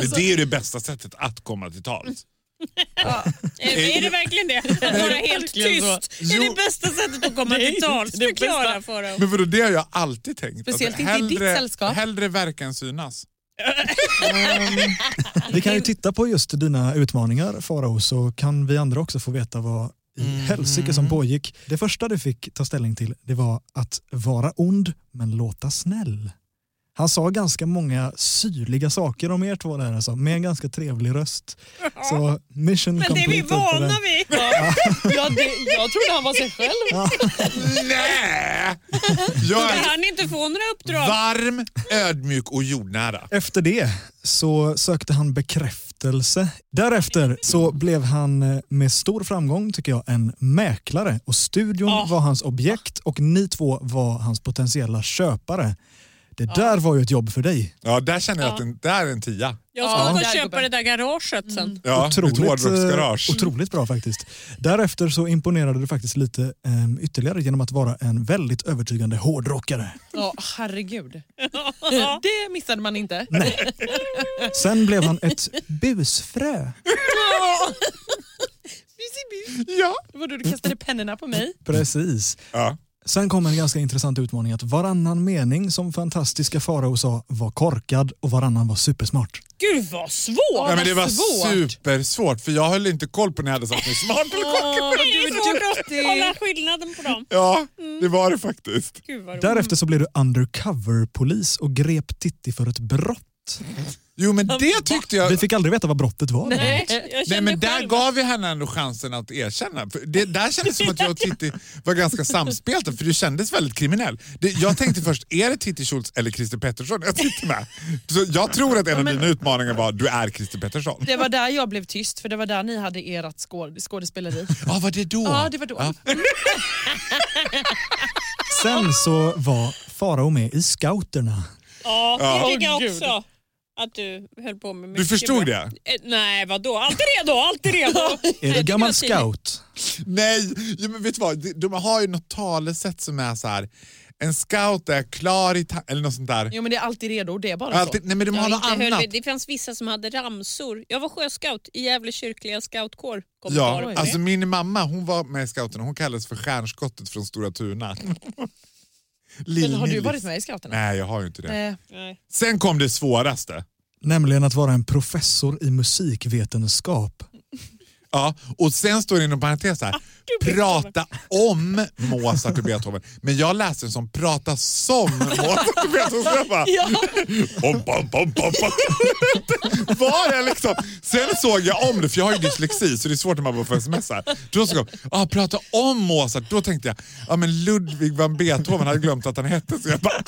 [SPEAKER 5] Men det är ju det bästa sättet att komma till tals.
[SPEAKER 3] Är det verkligen det? Att vara helt
[SPEAKER 4] verkligen så.
[SPEAKER 3] tyst är det bästa sättet att komma
[SPEAKER 4] Det är
[SPEAKER 3] till
[SPEAKER 4] inte
[SPEAKER 3] tals.
[SPEAKER 4] det
[SPEAKER 3] Förklara
[SPEAKER 4] bästa.
[SPEAKER 3] Farao.
[SPEAKER 5] Men vadå, det har jag alltid tänkt. Alltså,
[SPEAKER 4] Speciellt inte i ditt sällskap.
[SPEAKER 5] Hellre verka än synas.
[SPEAKER 1] Vi kan ju titta på just dina utmaningar Farao så kan vi andra också få veta vad i
[SPEAKER 3] Mm.
[SPEAKER 1] helsike som pågick. Det första du fick ta ställning till det var att vara ond men låta snäll. Han sa ganska många syrliga saker om er två där alltså, med en ganska trevlig röst. Så mission
[SPEAKER 3] Men det är vi
[SPEAKER 1] complete på den.
[SPEAKER 3] vana vid.
[SPEAKER 4] Ja, det, jag trodde han var sig själv.
[SPEAKER 5] Nej! Jag
[SPEAKER 3] Ska
[SPEAKER 5] är
[SPEAKER 3] han inte få några uppdrag?
[SPEAKER 5] varm, ödmjuk och jordnära.
[SPEAKER 1] Efter det så sökte han bekräftelse. Därefter så blev han eh, med stor framgång tycker jag en mäklare och studion var hans objekt och ni två var hans potentiella köpare. Det där var ju ett jobb för dig.
[SPEAKER 5] Ja, där känner jag att den, där är en tia.
[SPEAKER 3] Jag ska
[SPEAKER 4] Ja.
[SPEAKER 3] gå och
[SPEAKER 4] Där går
[SPEAKER 3] köpa
[SPEAKER 4] bra.
[SPEAKER 3] det där garaget sen.
[SPEAKER 5] Ja,
[SPEAKER 1] Otroligt,
[SPEAKER 5] ett
[SPEAKER 1] eh,
[SPEAKER 5] hårdrocksgarage.
[SPEAKER 1] otroligt bra faktiskt. Därefter så imponerade du faktiskt lite eh, ytterligare genom att vara en väldigt övertygande hårdrockare.
[SPEAKER 4] Ja, herregud. Det missade man inte.
[SPEAKER 1] Sen blev han ett busfrö.
[SPEAKER 5] Ja.
[SPEAKER 4] Vadå, du kastade pennorna på mig?
[SPEAKER 1] Precis.
[SPEAKER 5] ja.
[SPEAKER 1] Sen kom en ganska intressant utmaning att varannan mening som fantastiska Farao sa var korkad och varannan var supersmart.
[SPEAKER 3] Gud vad svårt!
[SPEAKER 5] Nej, men det var
[SPEAKER 4] svårt.
[SPEAKER 5] supersvårt för jag höll inte koll på när jag hade satt mig smart eller korkad.
[SPEAKER 3] Åh, du är duktig!
[SPEAKER 4] duktig.
[SPEAKER 3] Kolla skillnaden på dem.
[SPEAKER 5] Ja, det var det faktiskt.
[SPEAKER 3] Gud vad roligt.
[SPEAKER 1] Därefter så blev du undercover-polis och grep Titti för ett brott.
[SPEAKER 5] Jo, men det tyckte jag...
[SPEAKER 1] Vi fick aldrig veta vad brottet var.
[SPEAKER 3] Nej, jag
[SPEAKER 5] Nej,
[SPEAKER 3] kände
[SPEAKER 5] men där
[SPEAKER 3] själv.
[SPEAKER 5] gav vi henne ändå chansen att erkänna. För det, där kändes det som att jag och Titti var ganska samspelta för du kändes väldigt kriminell. Det, jag tänkte först, är det Titti Schultz eller Christer Pettersson jag sitter med? Så jag tror att en av dina utmaningar var, du är Christer Pettersson.
[SPEAKER 4] Det var där jag blev tyst, för det var där ni hade ert skåd- skådespeleri.
[SPEAKER 5] Ja, var det då?
[SPEAKER 4] Ja, det var då.
[SPEAKER 1] Sen så var Farao med i scouterna.
[SPEAKER 3] Ja, det tycker jag
[SPEAKER 4] Åh, gud.
[SPEAKER 3] också. Att du höll på med
[SPEAKER 5] Du
[SPEAKER 3] mycket
[SPEAKER 5] förstod
[SPEAKER 3] bra.
[SPEAKER 5] det?
[SPEAKER 3] Eh, nej, vadå? Alltid redo, alltid redo.
[SPEAKER 1] Är du
[SPEAKER 3] tycker
[SPEAKER 1] gammal
[SPEAKER 3] jag tydligt.
[SPEAKER 1] scout?
[SPEAKER 5] Nej, jo, men vet du vad? De- De har ju något talesätt som är så här. en scout är klar i ta- eller något sånt där.
[SPEAKER 4] Jo, men det är alltid redo. Det är bara
[SPEAKER 5] Alltid, nej men de
[SPEAKER 3] Ja,
[SPEAKER 5] har något
[SPEAKER 3] inte höll
[SPEAKER 5] annat.
[SPEAKER 3] vi- det fanns vissa som hade ramsor. Jag var sjöscout i Gävle kyrkliga scoutkår. Kommer jag
[SPEAKER 5] Ja,
[SPEAKER 3] ihåg.
[SPEAKER 5] alltså min mamma hon var med i scouterna, hon kallades för stjärnskottet från Stora Tuna.
[SPEAKER 4] så.
[SPEAKER 5] Lill
[SPEAKER 4] Men har du
[SPEAKER 5] Millis.
[SPEAKER 4] varit med i Eh. Scouterna?
[SPEAKER 5] Nej, jag har ju inte det.
[SPEAKER 4] Nej.
[SPEAKER 3] Nej.
[SPEAKER 5] Sen kom det svåraste.
[SPEAKER 1] Nämligen att vara en professor i musikvetenskap.
[SPEAKER 5] Ja, och sen står det inom parentes
[SPEAKER 3] Ah,
[SPEAKER 5] här, prata om Mozart och Beethoven. Men jag läste den som prata som Mozart och Beethoven. Så jag bara, Om, om, om, om, om. Var jag liksom? Sen såg jag om det, för jag har ju dyslexi så det är svårt när man bara får sms. Här. Då såg jag, ah, prata om Mozart. Då tänkte jag, ah, men Ludwig van Beethoven hade glömt att han hette så. Jag bara,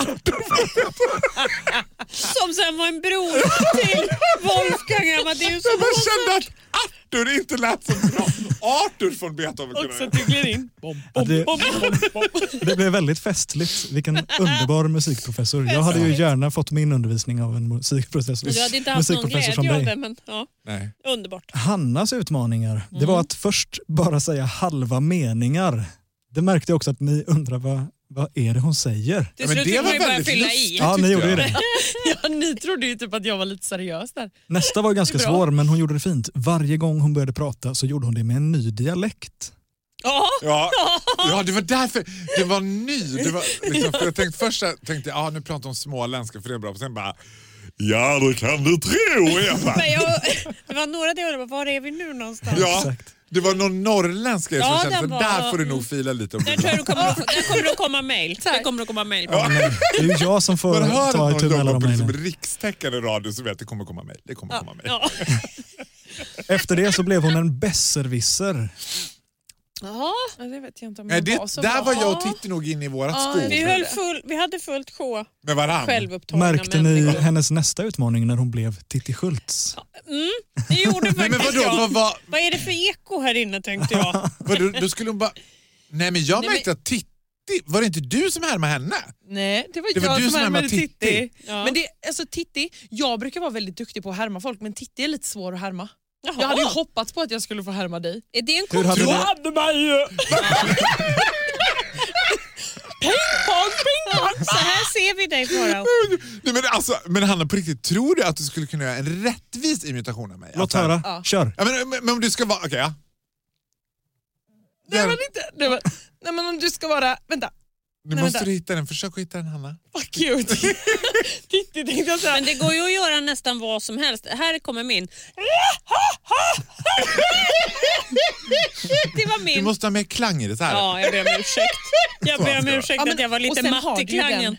[SPEAKER 3] Som sen var en bror till Wolfgang Amadeus
[SPEAKER 5] jag bara kände att Arthur inte lät så bra. Arthur från Beethoven. kunde jag-
[SPEAKER 4] tycklar in.
[SPEAKER 1] Ja, det, det blev väldigt festligt. Vilken underbar musikprofessor. Jag hade ju gärna fått min undervisning av en musikprofessor,
[SPEAKER 3] Du hade inte haft någon
[SPEAKER 1] musikprofessor som
[SPEAKER 3] glädje
[SPEAKER 1] dig.
[SPEAKER 3] av det, men ja,
[SPEAKER 5] Nej.
[SPEAKER 3] underbart.
[SPEAKER 1] Hannas utmaningar, det var att först bara säga halva meningar. Det märkte jag också att ni undrar vad, vad är det hon säger?
[SPEAKER 3] Till
[SPEAKER 5] men
[SPEAKER 3] slut
[SPEAKER 5] det
[SPEAKER 3] fick
[SPEAKER 5] var
[SPEAKER 3] man ju börja
[SPEAKER 5] väldigt
[SPEAKER 3] fylla i.
[SPEAKER 5] lustigt.
[SPEAKER 1] Ja, ni
[SPEAKER 5] tyckte
[SPEAKER 1] gjorde ju
[SPEAKER 5] jag.
[SPEAKER 1] det.
[SPEAKER 4] Ja, ni trodde ju typ att jag var lite seriös där.
[SPEAKER 1] Nästa var ju ganska
[SPEAKER 4] Det är bra.
[SPEAKER 1] svår, men hon gjorde det fint. Varje gång hon började prata så gjorde hon det med en ny dialekt.
[SPEAKER 3] Ja,
[SPEAKER 5] Ja, ja, det var därför. Det var ny. Det var, liksom, för jag tänkte, först så här- tänkte jag ah, nu pratar de småländska för det är bra. Och sen bara, ja det kan du tro. Och Jag bara,
[SPEAKER 3] men jag, det var några där jag undrade, var är vi nu någonstans?
[SPEAKER 5] ja, det var någon norrländska som
[SPEAKER 3] Ja,
[SPEAKER 5] jag kände,
[SPEAKER 3] den
[SPEAKER 5] så
[SPEAKER 3] var-
[SPEAKER 5] där får du nog fila lite. Om
[SPEAKER 3] Där tror jag du kommer att, där kommer det att komma mejl. Det kommer att komma mejl.
[SPEAKER 5] Ja.
[SPEAKER 1] Det är ju jag som får
[SPEAKER 5] Man hör att
[SPEAKER 1] ta
[SPEAKER 5] någon
[SPEAKER 1] itu med alla
[SPEAKER 5] jobbar
[SPEAKER 1] de
[SPEAKER 5] på liksom
[SPEAKER 1] mejlen.
[SPEAKER 5] rikstäckande radio så vet jag att det kommer komma mejl. Det kommer komma mejl.
[SPEAKER 3] Ja.
[SPEAKER 5] liksom-
[SPEAKER 1] Efter det så blev hon en besserwisser.
[SPEAKER 4] Ja, det vet jag inte om
[SPEAKER 5] Nej,
[SPEAKER 4] jag
[SPEAKER 5] det,
[SPEAKER 4] var så
[SPEAKER 5] där
[SPEAKER 4] bra.
[SPEAKER 5] var jag och Titti nog inne i vårat skov
[SPEAKER 3] Vi, höll full, vi hade fullt sjå
[SPEAKER 5] med varann.
[SPEAKER 3] självupptagna
[SPEAKER 1] Märkte ni
[SPEAKER 3] människor.
[SPEAKER 1] hennes nästa utmaning när hon blev Titti Schultz?
[SPEAKER 3] Det gjorde
[SPEAKER 5] Nej, men
[SPEAKER 3] faktiskt
[SPEAKER 5] vadå,
[SPEAKER 3] jag.
[SPEAKER 5] vad, vad,
[SPEAKER 3] Vad är det för eko här inne tänkte jag.
[SPEAKER 5] vadå, då skulle hon bara... Nej men jag märkte att Titti, var det inte du som härmade henne?
[SPEAKER 4] Nej, det var,
[SPEAKER 5] Det var
[SPEAKER 4] jag
[SPEAKER 5] du som
[SPEAKER 4] som
[SPEAKER 5] härmade
[SPEAKER 4] härmade Titti.
[SPEAKER 5] Titti.
[SPEAKER 3] Ja.
[SPEAKER 4] Men det, alltså, Titti, jag brukar vara väldigt duktig på att härma folk, men Titti är lite svår att härma.
[SPEAKER 3] Jaha.
[SPEAKER 4] Jag hade ju hoppats på att jag skulle få härma dig.
[SPEAKER 3] Är det en
[SPEAKER 1] Hur hade
[SPEAKER 3] kontroll?
[SPEAKER 1] du-
[SPEAKER 4] hade man ju... ping pong, ping
[SPEAKER 3] Så här ser vi dig Farao.
[SPEAKER 5] Nej, men, alltså, men Hanna, på riktigt, tror du att du skulle kunna göra en rättvis imitation av mig?
[SPEAKER 1] Låt
[SPEAKER 5] Att här-
[SPEAKER 1] höra. Kör.
[SPEAKER 5] Ja, men, men, men om du ska vara... Okej, ja.
[SPEAKER 4] Nej
[SPEAKER 5] Där.
[SPEAKER 4] men, inte, nej, men, nej men om du ska vara, vänta,
[SPEAKER 5] Nu
[SPEAKER 4] Nej,
[SPEAKER 5] måste
[SPEAKER 4] vänta.
[SPEAKER 5] du hitta den. Försök att hitta den, Hanna.
[SPEAKER 4] vad cute. Titti tänkte jag säga.
[SPEAKER 3] Men det går ju att göra nästan vad som helst. Här kommer min. Det var
[SPEAKER 5] Du
[SPEAKER 3] min.
[SPEAKER 5] måste ha mer klang i det. Så här.
[SPEAKER 3] Ja, jag ber om ursäkt. Jag ber om ursäkt
[SPEAKER 4] Ja, men-
[SPEAKER 3] att jag var
[SPEAKER 4] och
[SPEAKER 3] lite
[SPEAKER 4] sen har
[SPEAKER 3] matt i
[SPEAKER 4] du ju den.
[SPEAKER 3] klangen.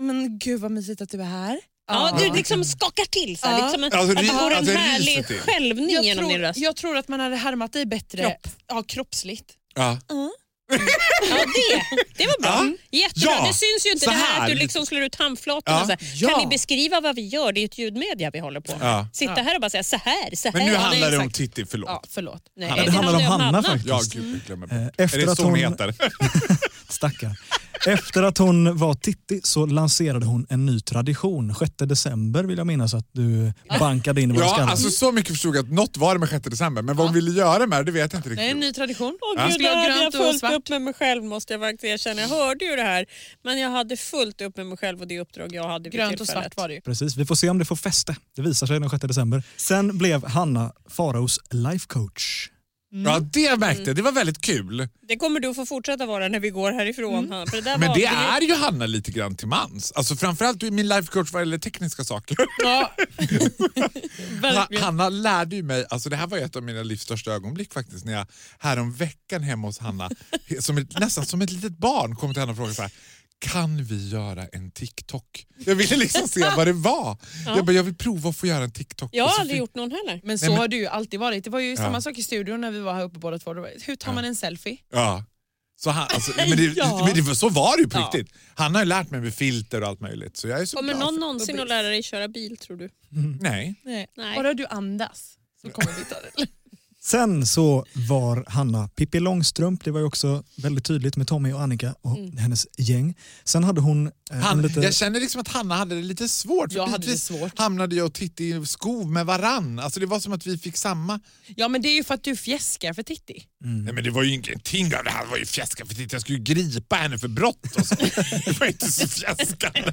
[SPEAKER 4] Men gud vad mysigt att du är här.
[SPEAKER 3] Ja, du liksom skakar till så här,
[SPEAKER 4] Ja.
[SPEAKER 3] liksom en,
[SPEAKER 5] Alltså,
[SPEAKER 3] att det
[SPEAKER 5] ri-
[SPEAKER 3] går en
[SPEAKER 5] alltså, ryser
[SPEAKER 3] härlig
[SPEAKER 5] till.
[SPEAKER 3] skälvning
[SPEAKER 4] Jag
[SPEAKER 3] genom din
[SPEAKER 4] tror,
[SPEAKER 3] röst.
[SPEAKER 4] jag tror att man hade härmat dig bättre Ja, kroppsligt.
[SPEAKER 5] Ja.
[SPEAKER 3] Ja, det, det var bra. Jättebra.
[SPEAKER 5] Ja,
[SPEAKER 3] Det syns ju inte
[SPEAKER 5] så
[SPEAKER 3] det här att
[SPEAKER 5] här.
[SPEAKER 3] du liksom slår ut handflatorna.
[SPEAKER 5] Ja,
[SPEAKER 3] Så här.
[SPEAKER 4] ja.
[SPEAKER 3] Kan ni beskriva vad vi gör? Det är ju ett ljudmedia vi håller på med.
[SPEAKER 5] Ja.
[SPEAKER 3] Sitta här och bara säga så här, så här.
[SPEAKER 5] Men nu
[SPEAKER 3] Ja,
[SPEAKER 5] handlar det om
[SPEAKER 3] exakt.
[SPEAKER 5] Titti, förlåt.
[SPEAKER 4] Ja, förlåt. Nej.
[SPEAKER 1] Ja, det handlar om Hanna faktiskt.
[SPEAKER 5] Ja, gud, jag glömmer bort.
[SPEAKER 1] Eh, efter
[SPEAKER 5] Är det
[SPEAKER 1] att
[SPEAKER 5] så hon
[SPEAKER 1] hon- Mm.
[SPEAKER 5] heter?
[SPEAKER 1] Stackarn. Efter att hon var Titti så lanserade hon en ny tradition. 6 december vill jag minnas att du bankade in vad du
[SPEAKER 5] Ja,
[SPEAKER 1] ska.
[SPEAKER 5] alltså så mycket förstod jag att något var det med 6 december, men vad hon ville göra med det, det vet jag inte
[SPEAKER 4] Det är en
[SPEAKER 5] riktigt.
[SPEAKER 4] ny tradition.
[SPEAKER 3] Åh,
[SPEAKER 5] Ja.
[SPEAKER 3] Gud,
[SPEAKER 4] Skulle
[SPEAKER 3] där
[SPEAKER 4] jag ha
[SPEAKER 3] hade jag
[SPEAKER 4] grönt och
[SPEAKER 3] fullt
[SPEAKER 4] svart?
[SPEAKER 3] upp med mig själv måste jag faktiskt erkänna. Jag hörde ju det här men jag hade fullt upp med mig själv och det uppdrag jag hade vid
[SPEAKER 4] Grönt och
[SPEAKER 3] tillfället.
[SPEAKER 4] svart var det ju.
[SPEAKER 1] Precis, vi får se om det får fäste. Det visar sig den 6 december. Sen blev Hanna Faraos life coach.
[SPEAKER 5] Ja, det märkte jag. Det var väldigt kul.
[SPEAKER 3] Det kommer du att få fortsätta vara när vi går härifrån. Hanna, För det där
[SPEAKER 5] Mm. Men
[SPEAKER 3] var
[SPEAKER 5] det är ju Hanna lite grann till mans. Alltså framförallt du är min life coach vad gäller tekniska saker.
[SPEAKER 4] Ja.
[SPEAKER 5] Ha,
[SPEAKER 4] Verkligen.
[SPEAKER 5] Hanna lärde ju mig, alltså det här var ju ett av mina livs största ögonblick faktiskt, när jag härom veckan hemma hos Hanna, he- som ett, nästan som ett litet barn, kom till henne och frågade så här, kan vi göra en TikTok? Jag ville liksom se vad det var. Jag, bara, jag vill prova att få göra en TikTok.
[SPEAKER 3] Jag
[SPEAKER 5] Och
[SPEAKER 3] har
[SPEAKER 5] så
[SPEAKER 3] aldrig
[SPEAKER 5] fick-
[SPEAKER 3] gjort någon heller.
[SPEAKER 4] Men så
[SPEAKER 5] Nej, men-
[SPEAKER 4] har du ju alltid varit. Det var ju samma sak i studion när vi var här uppe båda två. Det var, Hur tar man en selfie?
[SPEAKER 5] Ja. Så han, alltså, nej, men det,
[SPEAKER 4] Ja.
[SPEAKER 5] men det, så var det ju på
[SPEAKER 3] Ja.
[SPEAKER 5] riktigt. Han har ju lärt mig med filter och allt möjligt. Så jag är så
[SPEAKER 3] Kommer
[SPEAKER 5] glad
[SPEAKER 3] någon
[SPEAKER 5] för-
[SPEAKER 3] någonsin att lära dig köra bil tror du?
[SPEAKER 5] Nej.
[SPEAKER 4] Nej.
[SPEAKER 3] Nej.
[SPEAKER 4] Bara du andas så kommer vi ta det.
[SPEAKER 1] Sen så var Hanna Pippi Långstrump. Det var ju också väldigt tydligt med Tommy och Annika och hennes gäng. Sen hade hon eh,
[SPEAKER 5] Han,
[SPEAKER 1] en lite...
[SPEAKER 5] Jag känner liksom att Hanna hade det lite svårt. för
[SPEAKER 4] Jag hade det
[SPEAKER 5] bitvis
[SPEAKER 4] svårt.
[SPEAKER 5] hamnade jag och tittade i skov med varann. Alltså det var som att vi fick samma...
[SPEAKER 4] Ja men det är ju för att du fjäskar för Titti.
[SPEAKER 5] Nej men det var ju ingenting av det här. Det var ju fjäska för titta, jag skulle ju gripa henne för brott. Och så. det var inte så fjäskande.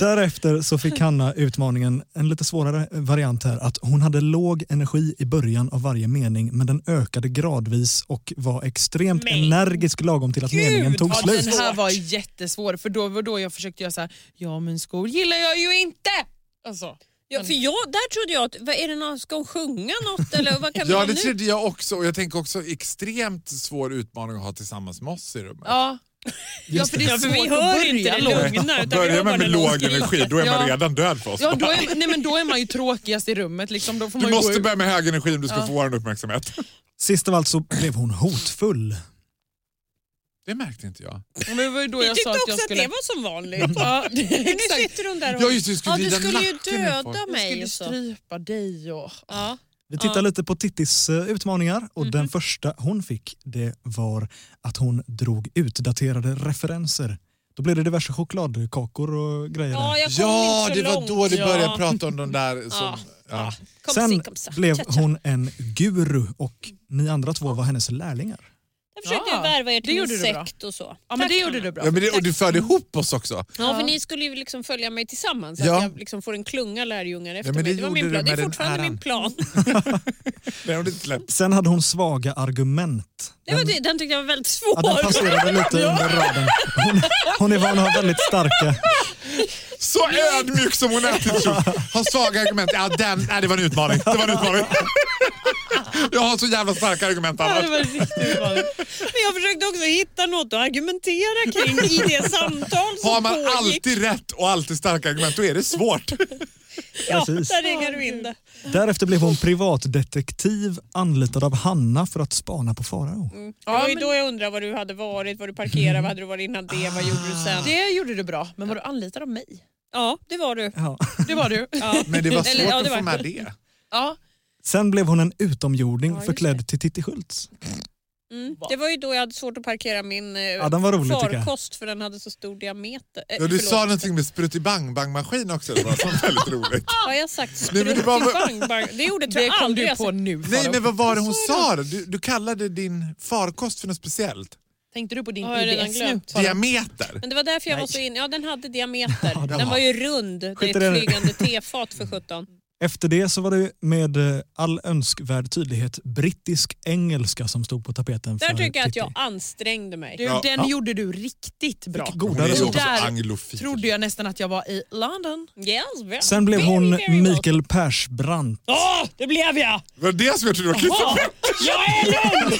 [SPEAKER 1] Därefter så fick Hanna utmaningen, en lite svårare variant här, att hon hade låg energi i början av varje mening men den ökade gradvis och var extremt energisk lagom till att meningen tog
[SPEAKER 4] Ja,
[SPEAKER 1] slut.
[SPEAKER 4] den här var jättesvår för då var då jag försökte göra så här. ja men skor gillar jag ju inte. Alltså.
[SPEAKER 3] Ja, för jag, där trodde jag att, vad är det någon, ska hon sjunga något eller vad kan
[SPEAKER 5] Ja
[SPEAKER 3] man
[SPEAKER 5] det
[SPEAKER 3] nu?
[SPEAKER 5] trodde jag också. Och jag tänker också extremt svår utmaning att ha tillsammans med oss i rummet.
[SPEAKER 4] Ja. Ja, för det
[SPEAKER 3] Ja, för
[SPEAKER 4] är svårt
[SPEAKER 3] vi
[SPEAKER 4] att
[SPEAKER 3] hör
[SPEAKER 4] börja
[SPEAKER 3] inte det
[SPEAKER 4] långt.
[SPEAKER 3] lugna. Utan vi hör
[SPEAKER 5] Börjar
[SPEAKER 3] bara
[SPEAKER 5] man med
[SPEAKER 3] någon
[SPEAKER 5] låg
[SPEAKER 3] skriker.
[SPEAKER 5] energi då är man
[SPEAKER 4] Ja.
[SPEAKER 5] redan död för oss.
[SPEAKER 4] Ja, då är, nej, men då är man ju tråkigast i rummet. Liksom. Då får man
[SPEAKER 5] Du
[SPEAKER 4] ju
[SPEAKER 5] måste
[SPEAKER 4] gå ut.
[SPEAKER 5] börja med hög energi om du ska få vår uppmärksamhet.
[SPEAKER 1] Sist av allt så blev hon hotfull.
[SPEAKER 5] Det märkte inte jag.
[SPEAKER 4] Men det var ju då
[SPEAKER 3] Vi
[SPEAKER 4] jag
[SPEAKER 3] tyckte
[SPEAKER 4] sa att
[SPEAKER 3] också
[SPEAKER 4] jag
[SPEAKER 3] att
[SPEAKER 4] skulle...
[SPEAKER 3] det var som vanligt.
[SPEAKER 4] Ja,
[SPEAKER 3] Men nu
[SPEAKER 4] exakt.
[SPEAKER 3] sitter hon där och...
[SPEAKER 5] Ja just det, du skulle
[SPEAKER 3] Ja, du
[SPEAKER 5] vrida
[SPEAKER 3] skulle ju
[SPEAKER 5] nacken ur folk.
[SPEAKER 3] döda
[SPEAKER 4] Jag
[SPEAKER 3] mig.
[SPEAKER 4] skulle
[SPEAKER 3] och så.
[SPEAKER 4] strypa dig och...
[SPEAKER 3] Ja. Mhm.
[SPEAKER 1] Vi tittar lite på Tittis eh, utmaningar och den första hon fick det var att hon drog utdaterade referenser. Då blev det diverse chokladkakor och grejer.
[SPEAKER 3] Ja,
[SPEAKER 1] där.
[SPEAKER 3] jag kom
[SPEAKER 5] Ja,
[SPEAKER 3] inte så
[SPEAKER 5] det var
[SPEAKER 3] långt.
[SPEAKER 5] då du började
[SPEAKER 3] Ja.
[SPEAKER 5] prata om de där som... Ja.
[SPEAKER 3] Kom
[SPEAKER 1] Sen
[SPEAKER 3] si, kom så.
[SPEAKER 1] blev
[SPEAKER 3] Tja, tja.
[SPEAKER 1] hon en guru och ni andra två var hennes lärlingar.
[SPEAKER 3] Jag försökte
[SPEAKER 4] Ja,
[SPEAKER 3] värva er
[SPEAKER 4] det
[SPEAKER 3] till en
[SPEAKER 4] gjorde du bra.
[SPEAKER 3] sekt och så.
[SPEAKER 4] Ja, men
[SPEAKER 3] Tack,
[SPEAKER 4] det gjorde
[SPEAKER 3] Anna.
[SPEAKER 4] du bra.
[SPEAKER 5] Ja, men det, och du förde ihop oss också.
[SPEAKER 3] Ja, för ni skulle ju liksom följa mig tillsammans.
[SPEAKER 5] Ja.
[SPEAKER 3] Att jag liksom får en klunga lärjungar efter
[SPEAKER 5] Ja, men
[SPEAKER 3] mig.
[SPEAKER 5] det
[SPEAKER 3] Det var
[SPEAKER 5] gjorde du
[SPEAKER 3] min plan. Det
[SPEAKER 5] med
[SPEAKER 3] är
[SPEAKER 5] den
[SPEAKER 3] fortfarande
[SPEAKER 5] äran.
[SPEAKER 3] min plan.
[SPEAKER 5] Det har du inte släppt.
[SPEAKER 1] Sen hade hon svaga argument.
[SPEAKER 3] Det var, ty- den tyckte jag var väldigt svår.
[SPEAKER 1] Ja, den passerade lite under raden. Hon, hon är van att ha väldigt starka.
[SPEAKER 5] Så ödmjuk som hon är till tro. Har svaga argument. Ja, den, nej, det var en utmaning. Det var en utmaning. Jag har så jävla starka argument
[SPEAKER 4] Ja, det
[SPEAKER 5] annars.
[SPEAKER 4] var riktigt vanligt.
[SPEAKER 3] Men jag försökte också hitta något att argumentera kring i det samtal som
[SPEAKER 5] Har man
[SPEAKER 3] pågick.
[SPEAKER 5] alltid rätt och alltid starka argument då är det svårt.
[SPEAKER 3] Ja,
[SPEAKER 1] Precis.
[SPEAKER 3] där ringar du in det.
[SPEAKER 1] Därefter blev hon privatdetektiv anlitad av Hanna för att spana på Farao.
[SPEAKER 3] det var ju då jag undrade var du hade varit, var du parkerade, vad hade du varit innan det, vad gjorde du sen?
[SPEAKER 4] Det gjorde du bra. Men var du anlitad av mig?
[SPEAKER 1] Ah.
[SPEAKER 3] Ja, det var du.
[SPEAKER 1] Ja.
[SPEAKER 4] Det var du. Ja.
[SPEAKER 5] Men det var
[SPEAKER 3] Eller, ja, det var-
[SPEAKER 5] med det.
[SPEAKER 1] Sen blev hon en utomjording
[SPEAKER 3] Ja, just
[SPEAKER 1] förklädd till Titti Schultz.
[SPEAKER 3] Mm. Det var ju då jag hade svårt att parkera min eh,
[SPEAKER 1] Ja, den var rolig, tycker jag.
[SPEAKER 3] farkost för den hade så stor diameter. Eh,
[SPEAKER 5] Ja, du
[SPEAKER 3] förlåt.
[SPEAKER 5] sa någonting med sprutt-i-bang-bang-maskin också. Det var sånt väldigt roligt.
[SPEAKER 3] Har jag sagt
[SPEAKER 5] Nej, men det var-
[SPEAKER 3] sprutibang? Det gjorde tror
[SPEAKER 4] Det
[SPEAKER 3] jag
[SPEAKER 4] kom
[SPEAKER 3] aldrig
[SPEAKER 4] du
[SPEAKER 3] jag
[SPEAKER 4] på
[SPEAKER 3] sagt.
[SPEAKER 4] nu.
[SPEAKER 5] Nej,
[SPEAKER 4] Faro.
[SPEAKER 5] men vad var det hon sa? då? Du, du kallade din farkost för något speciellt.
[SPEAKER 4] Tänkte du på din
[SPEAKER 3] Ja, jag har redan
[SPEAKER 4] IBS nu?
[SPEAKER 3] glömt.
[SPEAKER 4] Bara-
[SPEAKER 5] Diameter.
[SPEAKER 3] Men det var därför jag var så inne. Ja, den hade diameter. den,
[SPEAKER 1] var-
[SPEAKER 3] var ju rund. Det är
[SPEAKER 1] Skit i
[SPEAKER 3] ett
[SPEAKER 1] det.
[SPEAKER 3] flygande tefat för sjutton.
[SPEAKER 1] Efter det så var det med eh, all önskvärd tydlighet brittisk engelska som stod på tapeten.
[SPEAKER 3] Där
[SPEAKER 1] för
[SPEAKER 3] tycker jag att
[SPEAKER 1] Titti.
[SPEAKER 3] jag ansträngde mig.
[SPEAKER 4] Du,
[SPEAKER 5] Ja.
[SPEAKER 4] den
[SPEAKER 1] Ja.
[SPEAKER 4] gjorde du riktigt bra.
[SPEAKER 1] Fick
[SPEAKER 5] Hon är
[SPEAKER 1] godare
[SPEAKER 5] ju
[SPEAKER 1] så.
[SPEAKER 5] också
[SPEAKER 4] Där
[SPEAKER 5] anglofil.
[SPEAKER 4] Trodde jag nästan att jag var i London.
[SPEAKER 3] Yes, well,
[SPEAKER 1] Sen blev
[SPEAKER 3] very,
[SPEAKER 1] hon
[SPEAKER 3] very well.
[SPEAKER 1] Mikael Persbrandt.
[SPEAKER 3] Ja, det blev jag!
[SPEAKER 5] Det var det som jag trodde var kul.
[SPEAKER 3] Jag är lugn!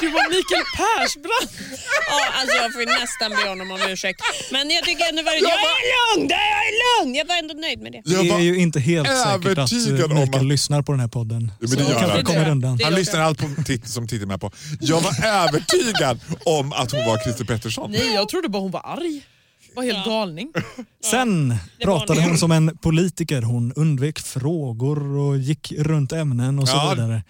[SPEAKER 4] du var Mikael Persbrandt.
[SPEAKER 3] Ja, alltså jag får ju nästan be honom om ursäkt. Men jag tycker ändå var jag är lugn! Jag är lugn! Jag var ändå nöjd med det.
[SPEAKER 5] Jag
[SPEAKER 1] Det är
[SPEAKER 5] bara-
[SPEAKER 1] ju inte helt säkert att
[SPEAKER 5] övertygad
[SPEAKER 1] eh,
[SPEAKER 5] om
[SPEAKER 1] Mikael
[SPEAKER 5] att-
[SPEAKER 1] lyssnar på den här podden.
[SPEAKER 5] men
[SPEAKER 1] Så
[SPEAKER 5] det gör
[SPEAKER 1] kanske
[SPEAKER 5] han.
[SPEAKER 1] kommer
[SPEAKER 3] Det-
[SPEAKER 1] undan.
[SPEAKER 3] det-
[SPEAKER 5] Han lyssnar allt på titt, som tittar med på. Jag var övertygad om att hon var Christer Pettersson.
[SPEAKER 4] Nej, jag trodde bara hon var arg. Var helt galning.
[SPEAKER 1] Sen
[SPEAKER 3] var
[SPEAKER 1] pratade
[SPEAKER 3] nog-
[SPEAKER 1] hon som en politiker. Hon undvek frågor och gick runt ämnen och så
[SPEAKER 5] Ja.
[SPEAKER 1] vidare.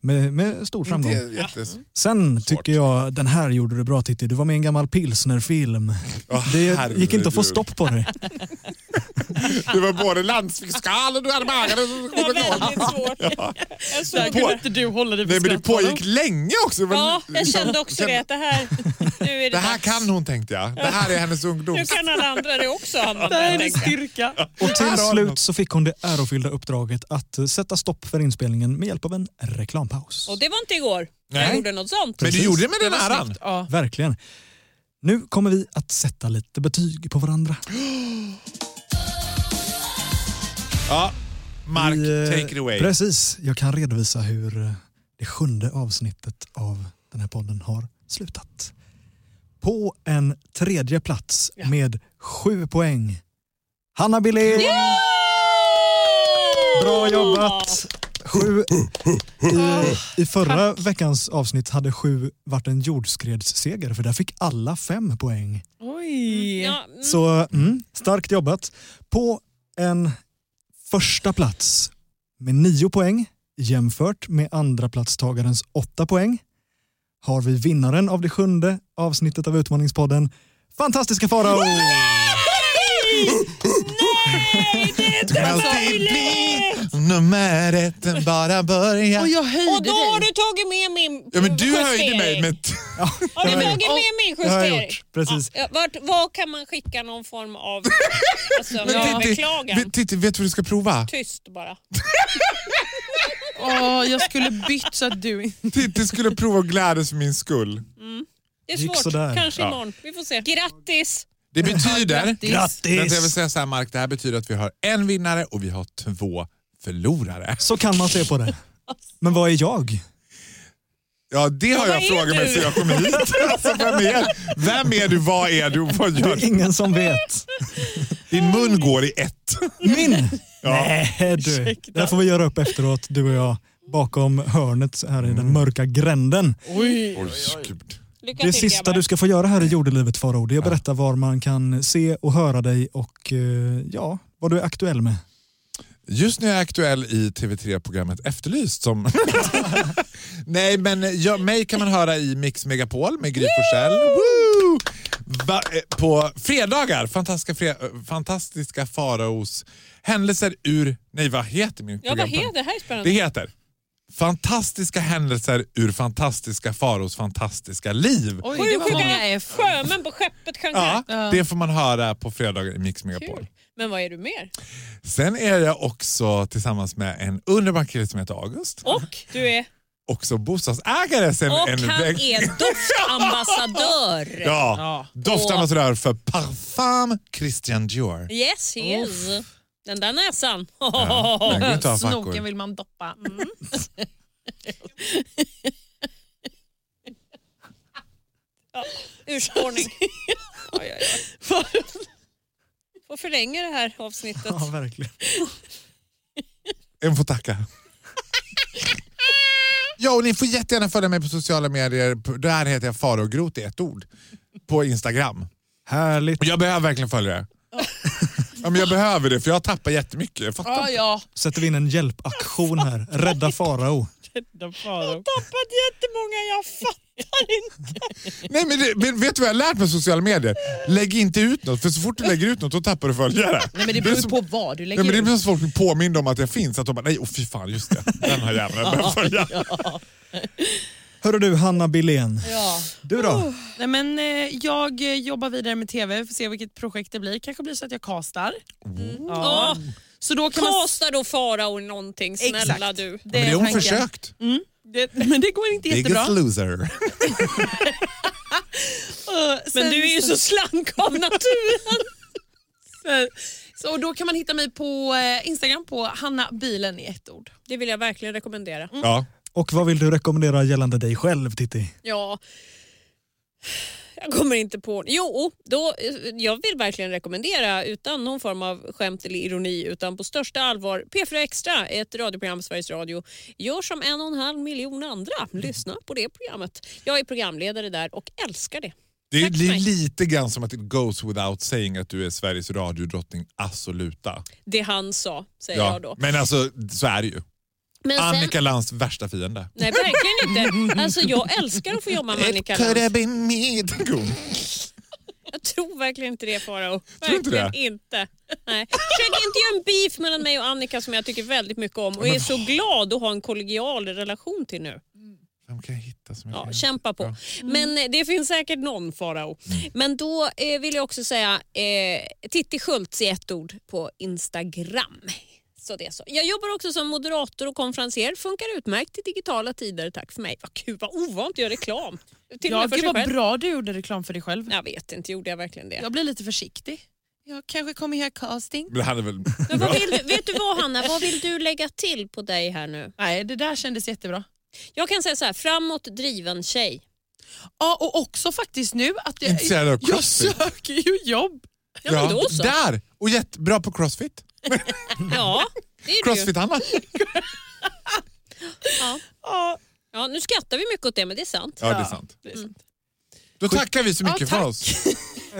[SPEAKER 1] Med, med stor
[SPEAKER 5] Det
[SPEAKER 1] framgång.
[SPEAKER 5] är jättes...
[SPEAKER 1] Sen tycker jag, den här gjorde du bra Titti. Du var med i en gammal pilsnerfilm.
[SPEAKER 5] Åh,
[SPEAKER 1] det gick inte att få
[SPEAKER 5] herregud.
[SPEAKER 1] stopp på dig.
[SPEAKER 5] Det var både landsfiskalen och armagaren som
[SPEAKER 3] Det var
[SPEAKER 5] kom igång.
[SPEAKER 3] väldigt svårt. Jag
[SPEAKER 4] Där
[SPEAKER 3] såg
[SPEAKER 4] kunde
[SPEAKER 3] det.
[SPEAKER 4] inte du hålla dig för
[SPEAKER 5] Nej, men det
[SPEAKER 4] skratt, Adam.
[SPEAKER 5] pågick länge också. Det var-
[SPEAKER 3] Ja, jag kände också det. att Det här, nu är det,
[SPEAKER 5] Det här
[SPEAKER 3] dags.
[SPEAKER 5] kan hon tänkte jag. Det här är hennes ungdom.
[SPEAKER 3] Nu kan alla andra det också. Hanna.
[SPEAKER 4] Det här är din styrka.
[SPEAKER 1] Och till
[SPEAKER 5] Här har vi
[SPEAKER 1] slut
[SPEAKER 5] något.
[SPEAKER 1] så fick hon det ärofyllda uppdraget att eh, sätta stopp för inspelningen med hjälp av en reklampaus.
[SPEAKER 3] Och det var inte igår. Jag
[SPEAKER 5] Nej.
[SPEAKER 3] gjorde något sånt.
[SPEAKER 5] Men du gjorde det med den
[SPEAKER 4] var
[SPEAKER 5] äran.
[SPEAKER 4] snyggt. Ja.
[SPEAKER 1] Verkligen. Nu kommer vi att sätta lite betyg på varandra.
[SPEAKER 5] Ja. Mark,
[SPEAKER 1] Vi, eh,
[SPEAKER 5] take it away.
[SPEAKER 1] Precis. Jag kan redovisa hur eh, det sjunde avsnittet av den här podden har slutat. På en tredje plats med sju poäng. Hanna Billén! Bra jobbat! Sju. I, I förra veckans avsnitt hade sju varit en jordskredsseger för där fick alla fem poäng.
[SPEAKER 4] Oj.
[SPEAKER 3] Ja, mm.
[SPEAKER 1] Så mm, starkt jobbat. På en första plats med nio poäng jämfört med andra platstagarens åtta poäng har vi vinnaren av det sjunde avsnittet av Utmaningspodden, Fantastiska Farao!
[SPEAKER 5] Du kan alltid bli nummer ett, än bara börja.
[SPEAKER 4] Och jag höjde
[SPEAKER 3] Och då har
[SPEAKER 4] dig.
[SPEAKER 3] du tagit med min
[SPEAKER 5] Ja, men du höjde
[SPEAKER 3] justering.
[SPEAKER 5] mig med...
[SPEAKER 3] Har du
[SPEAKER 1] Det har jag
[SPEAKER 3] tagit med min
[SPEAKER 1] Det har
[SPEAKER 3] justering?
[SPEAKER 1] jag gjort, precis.
[SPEAKER 3] Ja, vart, var kan man skicka någon form av alltså,
[SPEAKER 5] Men Titti,
[SPEAKER 3] överklagan?
[SPEAKER 5] vet- Titti, vet du vad du ska prova?
[SPEAKER 3] Tyst bara.
[SPEAKER 4] Åh, jag skulle bytt så att du inte...
[SPEAKER 5] Titti skulle prova att glädjas för min skull.
[SPEAKER 3] Det är
[SPEAKER 1] Gick
[SPEAKER 3] svårt.
[SPEAKER 1] sådär.
[SPEAKER 3] Kanske
[SPEAKER 5] Ja.
[SPEAKER 3] imorgon. Vi får se. Grattis!
[SPEAKER 5] Det betyder... Vänta, jag vill
[SPEAKER 1] Grattis!
[SPEAKER 5] säga så här, Mark. Det här betyder att vi har en vinnare och vi har två förlorare.
[SPEAKER 1] Så kan man se på det. Men vad är jag?
[SPEAKER 5] Ja, det har
[SPEAKER 3] vad
[SPEAKER 5] jag
[SPEAKER 3] är
[SPEAKER 5] frågat mig
[SPEAKER 3] du?
[SPEAKER 5] så jag kommer hit. Alltså, vem, är, vem är du? Vad är du? Vad gör du?
[SPEAKER 1] Ingen som vet.
[SPEAKER 5] Din mun går i ett.
[SPEAKER 1] Min!
[SPEAKER 5] Ja.
[SPEAKER 1] Nej du, det här får vi göra upp efteråt du och jag bakom hörnet här i den mörka gränden.
[SPEAKER 5] Oj, gud.
[SPEAKER 3] Lycka
[SPEAKER 1] Det
[SPEAKER 3] till
[SPEAKER 1] sista
[SPEAKER 3] grabbar.
[SPEAKER 1] du ska få göra här i jordelivet Farao, det är att berätta var man kan se och höra dig och eh, ja, vad du är aktuell med.
[SPEAKER 5] Just nu är jag aktuell i TV3-programmet Efterlyst. Som Nej, men jag, mig kan man höra i Mix Megapol med Gry Forssell. Woo! Va- eh, På fredagar, fantastiska, fre eh, fantastiska Faraos händelser ur... Nej, vad heter min
[SPEAKER 3] Ja, vad heter det? här är
[SPEAKER 5] Det
[SPEAKER 3] spännande.
[SPEAKER 5] heter Fantastiska händelser ur fantastiska Faraos fantastiska liv.
[SPEAKER 4] Oj,
[SPEAKER 3] Sju
[SPEAKER 4] det var många
[SPEAKER 3] sjuka
[SPEAKER 4] F.
[SPEAKER 3] sjömän på skeppet kanske.
[SPEAKER 5] Ja, det får man höra på fredagar i Mix Megapol.
[SPEAKER 3] Kul. Men vad är du mer?
[SPEAKER 5] Sen är jag också tillsammans med en underbar kille som heter August.
[SPEAKER 3] Och du är?
[SPEAKER 5] Också bostadsägare sen
[SPEAKER 3] Och
[SPEAKER 5] en
[SPEAKER 3] han
[SPEAKER 5] väg.
[SPEAKER 3] är doftambassadör.
[SPEAKER 5] Ja, doftambassadör för Parfum Christian Dior.
[SPEAKER 3] Yes, he is. Den där näsan.
[SPEAKER 5] Ja, den går inte att ha
[SPEAKER 4] Snoken
[SPEAKER 5] fackor.
[SPEAKER 4] vill man doppa. Mm.
[SPEAKER 3] Urspårning. Oj, oj, oj. Får förlänga det här avsnittet.
[SPEAKER 1] Ja, verkligen.
[SPEAKER 5] En får tacka. Ja, och ni får jättegärna följa mig på sociala medier. Där heter jag Farogrot i ett ord. På Instagram.
[SPEAKER 1] Härligt.
[SPEAKER 5] Jag behöver verkligen följa det. Ja, men jag behöver det för jag tappar jättemycket. Jag fattar
[SPEAKER 4] Ja,
[SPEAKER 5] inte.
[SPEAKER 4] ja.
[SPEAKER 1] Sätter vi in en hjälpaktion här. Rädda Farao.
[SPEAKER 3] tappat jättemånga, jag fattar inte.
[SPEAKER 5] Nej, men, det, men vet du vad jag har lärt mig av sociala medier? Lägg inte ut något för så fort du lägger ut något då tappar du följare.
[SPEAKER 4] Nej, men det
[SPEAKER 5] är
[SPEAKER 4] beror ju
[SPEAKER 5] som-
[SPEAKER 4] på vad du
[SPEAKER 5] Nej, men det
[SPEAKER 4] lägger
[SPEAKER 5] blir
[SPEAKER 4] ut.
[SPEAKER 5] som folk blir påminda om att jag finns. Att de bara, nej, oh, fy fan, just det. Den här jäveln jag börjar följa.
[SPEAKER 1] Hörru du, Hanna Billén.
[SPEAKER 4] Ja.
[SPEAKER 1] Du då?
[SPEAKER 4] Nej, men, eh, jag eh, jobbar vidare med TV, vi får se vilket projekt det blir. kanske blir så att jag castar.
[SPEAKER 5] Oh.
[SPEAKER 4] Ja. Så då kan man...
[SPEAKER 3] Kasta då farao någonting, snälla
[SPEAKER 4] Exakt.
[SPEAKER 3] du.
[SPEAKER 4] Det
[SPEAKER 5] Men det har hon
[SPEAKER 4] tanken.
[SPEAKER 5] försökt.
[SPEAKER 3] Mm.
[SPEAKER 4] Det, men det går inte jättebra.
[SPEAKER 5] Biggest loser.
[SPEAKER 4] Eh,
[SPEAKER 3] Men
[SPEAKER 4] sen-
[SPEAKER 3] du är ju så slank av naturen.
[SPEAKER 4] Eh, Så, och då kan man hitta mig på eh, Instagram på Hanna Bilen i ett ord.
[SPEAKER 3] Det vill jag verkligen rekommendera.
[SPEAKER 4] Mm.
[SPEAKER 5] Ja.
[SPEAKER 1] Och vad vill du rekommendera gällande dig själv, Titti?
[SPEAKER 3] Ja. Jag kommer inte på... Jo, då, jag vill verkligen rekommendera utan någon form av skämt eller ironi utan på största allvar P4 Extra, ett radioprogram på Sveriges Radio, gör som en och en halv miljon andra. Lyssna på det programmet. Jag är programledare där och älskar det.
[SPEAKER 5] Det är
[SPEAKER 3] Tack
[SPEAKER 5] li-
[SPEAKER 3] för mig.
[SPEAKER 5] lite grann som att it goes without saying att du är Sveriges radiodrottning absoluta.
[SPEAKER 3] Det han sa, säger jag då.
[SPEAKER 5] Men alltså, så är det ju.
[SPEAKER 3] Men sen-
[SPEAKER 5] Annika Lantz värsta fiende.
[SPEAKER 3] Nej, verkligen inte. Alltså, jag älskar att få jobba med Annika Lantz.
[SPEAKER 5] been me.
[SPEAKER 3] Jag tror verkligen inte det Farao.
[SPEAKER 5] Tror inte
[SPEAKER 3] Verkligen inte. Nej. Försök inte göra en beef mellan mig och Annika som jag tycker väldigt mycket om och är så glad att ha en kollegial relation till nu.
[SPEAKER 5] Vem kan jag hitta som jag
[SPEAKER 3] Ja,
[SPEAKER 5] kan-
[SPEAKER 3] kämpa på. Men eh, det finns säkert någon Farao. Men då eh, vill jag också säga eh, Titti Schultz i ett ord på Instagram. Så det är så. Jag jobbar också som moderator och konferenser. Funkar utmärkt i digitala tider. Tack för mig. Vad kul, vad ovant att göra reklam. Till och
[SPEAKER 4] Ja,
[SPEAKER 3] med för
[SPEAKER 4] gud
[SPEAKER 3] sig
[SPEAKER 4] vad
[SPEAKER 3] själv.
[SPEAKER 4] bra du gjorde reklam för dig själv.
[SPEAKER 3] Jag vet inte, gjorde jag verkligen det?
[SPEAKER 4] Jag blir lite försiktig. Jag kanske kommer göra casting.
[SPEAKER 5] Men det hade väl...
[SPEAKER 3] Men vad vill du, vet du vad Hanna, vad vill du lägga till på dig här nu?
[SPEAKER 4] Nej, det där kändes jättebra.
[SPEAKER 3] Jag kan säga så här, framåt driven tjej.
[SPEAKER 4] Ja, och också faktiskt nu att jag,
[SPEAKER 5] Intresserad av
[SPEAKER 4] jag
[SPEAKER 5] crossfit.
[SPEAKER 4] söker ju jobb.
[SPEAKER 3] Ja, men då så.
[SPEAKER 5] Där! Och jättebra på crossfit.
[SPEAKER 3] Ja, det är du ju.
[SPEAKER 5] Crossfit-Hanna.
[SPEAKER 3] Ja.
[SPEAKER 4] Ja,
[SPEAKER 3] Ja, nu skrattar vi mycket åt det, men det är sant.
[SPEAKER 5] Ja, det är sant. Då tackar vi så mycket
[SPEAKER 4] Ja,
[SPEAKER 5] för
[SPEAKER 4] tack.
[SPEAKER 5] oss.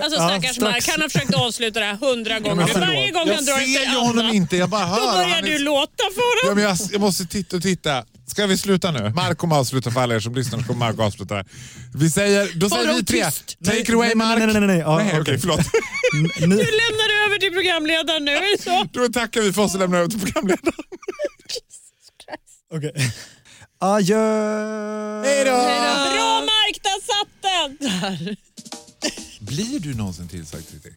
[SPEAKER 3] Alltså
[SPEAKER 1] Ja,
[SPEAKER 3] stackars
[SPEAKER 1] strax.
[SPEAKER 3] Mark, han har försökt avsluta det här hundra
[SPEAKER 5] Ja,
[SPEAKER 3] gånger.
[SPEAKER 5] men
[SPEAKER 3] nu. Varje
[SPEAKER 5] förlåt.
[SPEAKER 3] gång
[SPEAKER 5] jag
[SPEAKER 3] han drar
[SPEAKER 5] ser
[SPEAKER 3] efter
[SPEAKER 5] ju honom
[SPEAKER 3] Anna,
[SPEAKER 5] inte, jag bara hör.
[SPEAKER 3] då
[SPEAKER 5] Han
[SPEAKER 3] börjar
[SPEAKER 5] är-
[SPEAKER 3] du låta för
[SPEAKER 5] Ja,
[SPEAKER 3] honom.
[SPEAKER 5] men jag, jag måste titta och titta. Ska vi sluta nu? Mark kommer avsluta för alla er som lyssnar. så kommer Mark avsluta här. Vi säger, då säger
[SPEAKER 4] Farao,
[SPEAKER 5] vi tre.
[SPEAKER 4] tyst.
[SPEAKER 5] Take it away
[SPEAKER 1] nej, nej,
[SPEAKER 5] Mark.
[SPEAKER 1] nej, nej, nej, nej. Ja,
[SPEAKER 5] Nej, okej,
[SPEAKER 1] okej.
[SPEAKER 5] förlåt.
[SPEAKER 1] N- nu-
[SPEAKER 3] Nu lämnar du över till programledaren nu, är det så?
[SPEAKER 5] Då tackar vi för oss och lämnar över till programledaren.
[SPEAKER 1] Okej. Adjö!
[SPEAKER 5] Hej då!
[SPEAKER 3] Bra Mark, där satt den!
[SPEAKER 5] Blir du någonsin tillsagd Titti?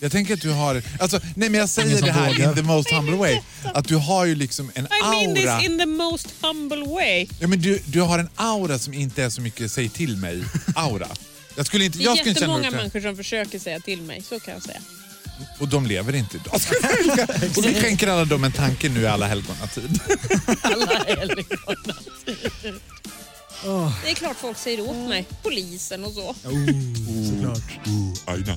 [SPEAKER 5] Jag tänker att du har, alltså, nej men jag säger
[SPEAKER 1] Ingen som
[SPEAKER 5] det här
[SPEAKER 1] vågar.
[SPEAKER 5] in the most humble way, att du har ju liksom en
[SPEAKER 3] I mean
[SPEAKER 5] aura.
[SPEAKER 3] this in the most humble way.
[SPEAKER 5] Ja, men du, du har en aura som inte är så mycket säg till mig-aura. Jag skulle inte,
[SPEAKER 3] Det
[SPEAKER 5] jag
[SPEAKER 3] är
[SPEAKER 5] skulle inte känna
[SPEAKER 3] jättemånga
[SPEAKER 5] mig uppträdd.
[SPEAKER 3] människor som försöker säga till mig, så kan jag säga.
[SPEAKER 5] Och de lever inte idag. och vi skänker alla dem en tanke nu i alla helgonatid.
[SPEAKER 3] Det är klart folk säger åt mig, polisen och så.
[SPEAKER 1] Såklart.
[SPEAKER 5] Aina.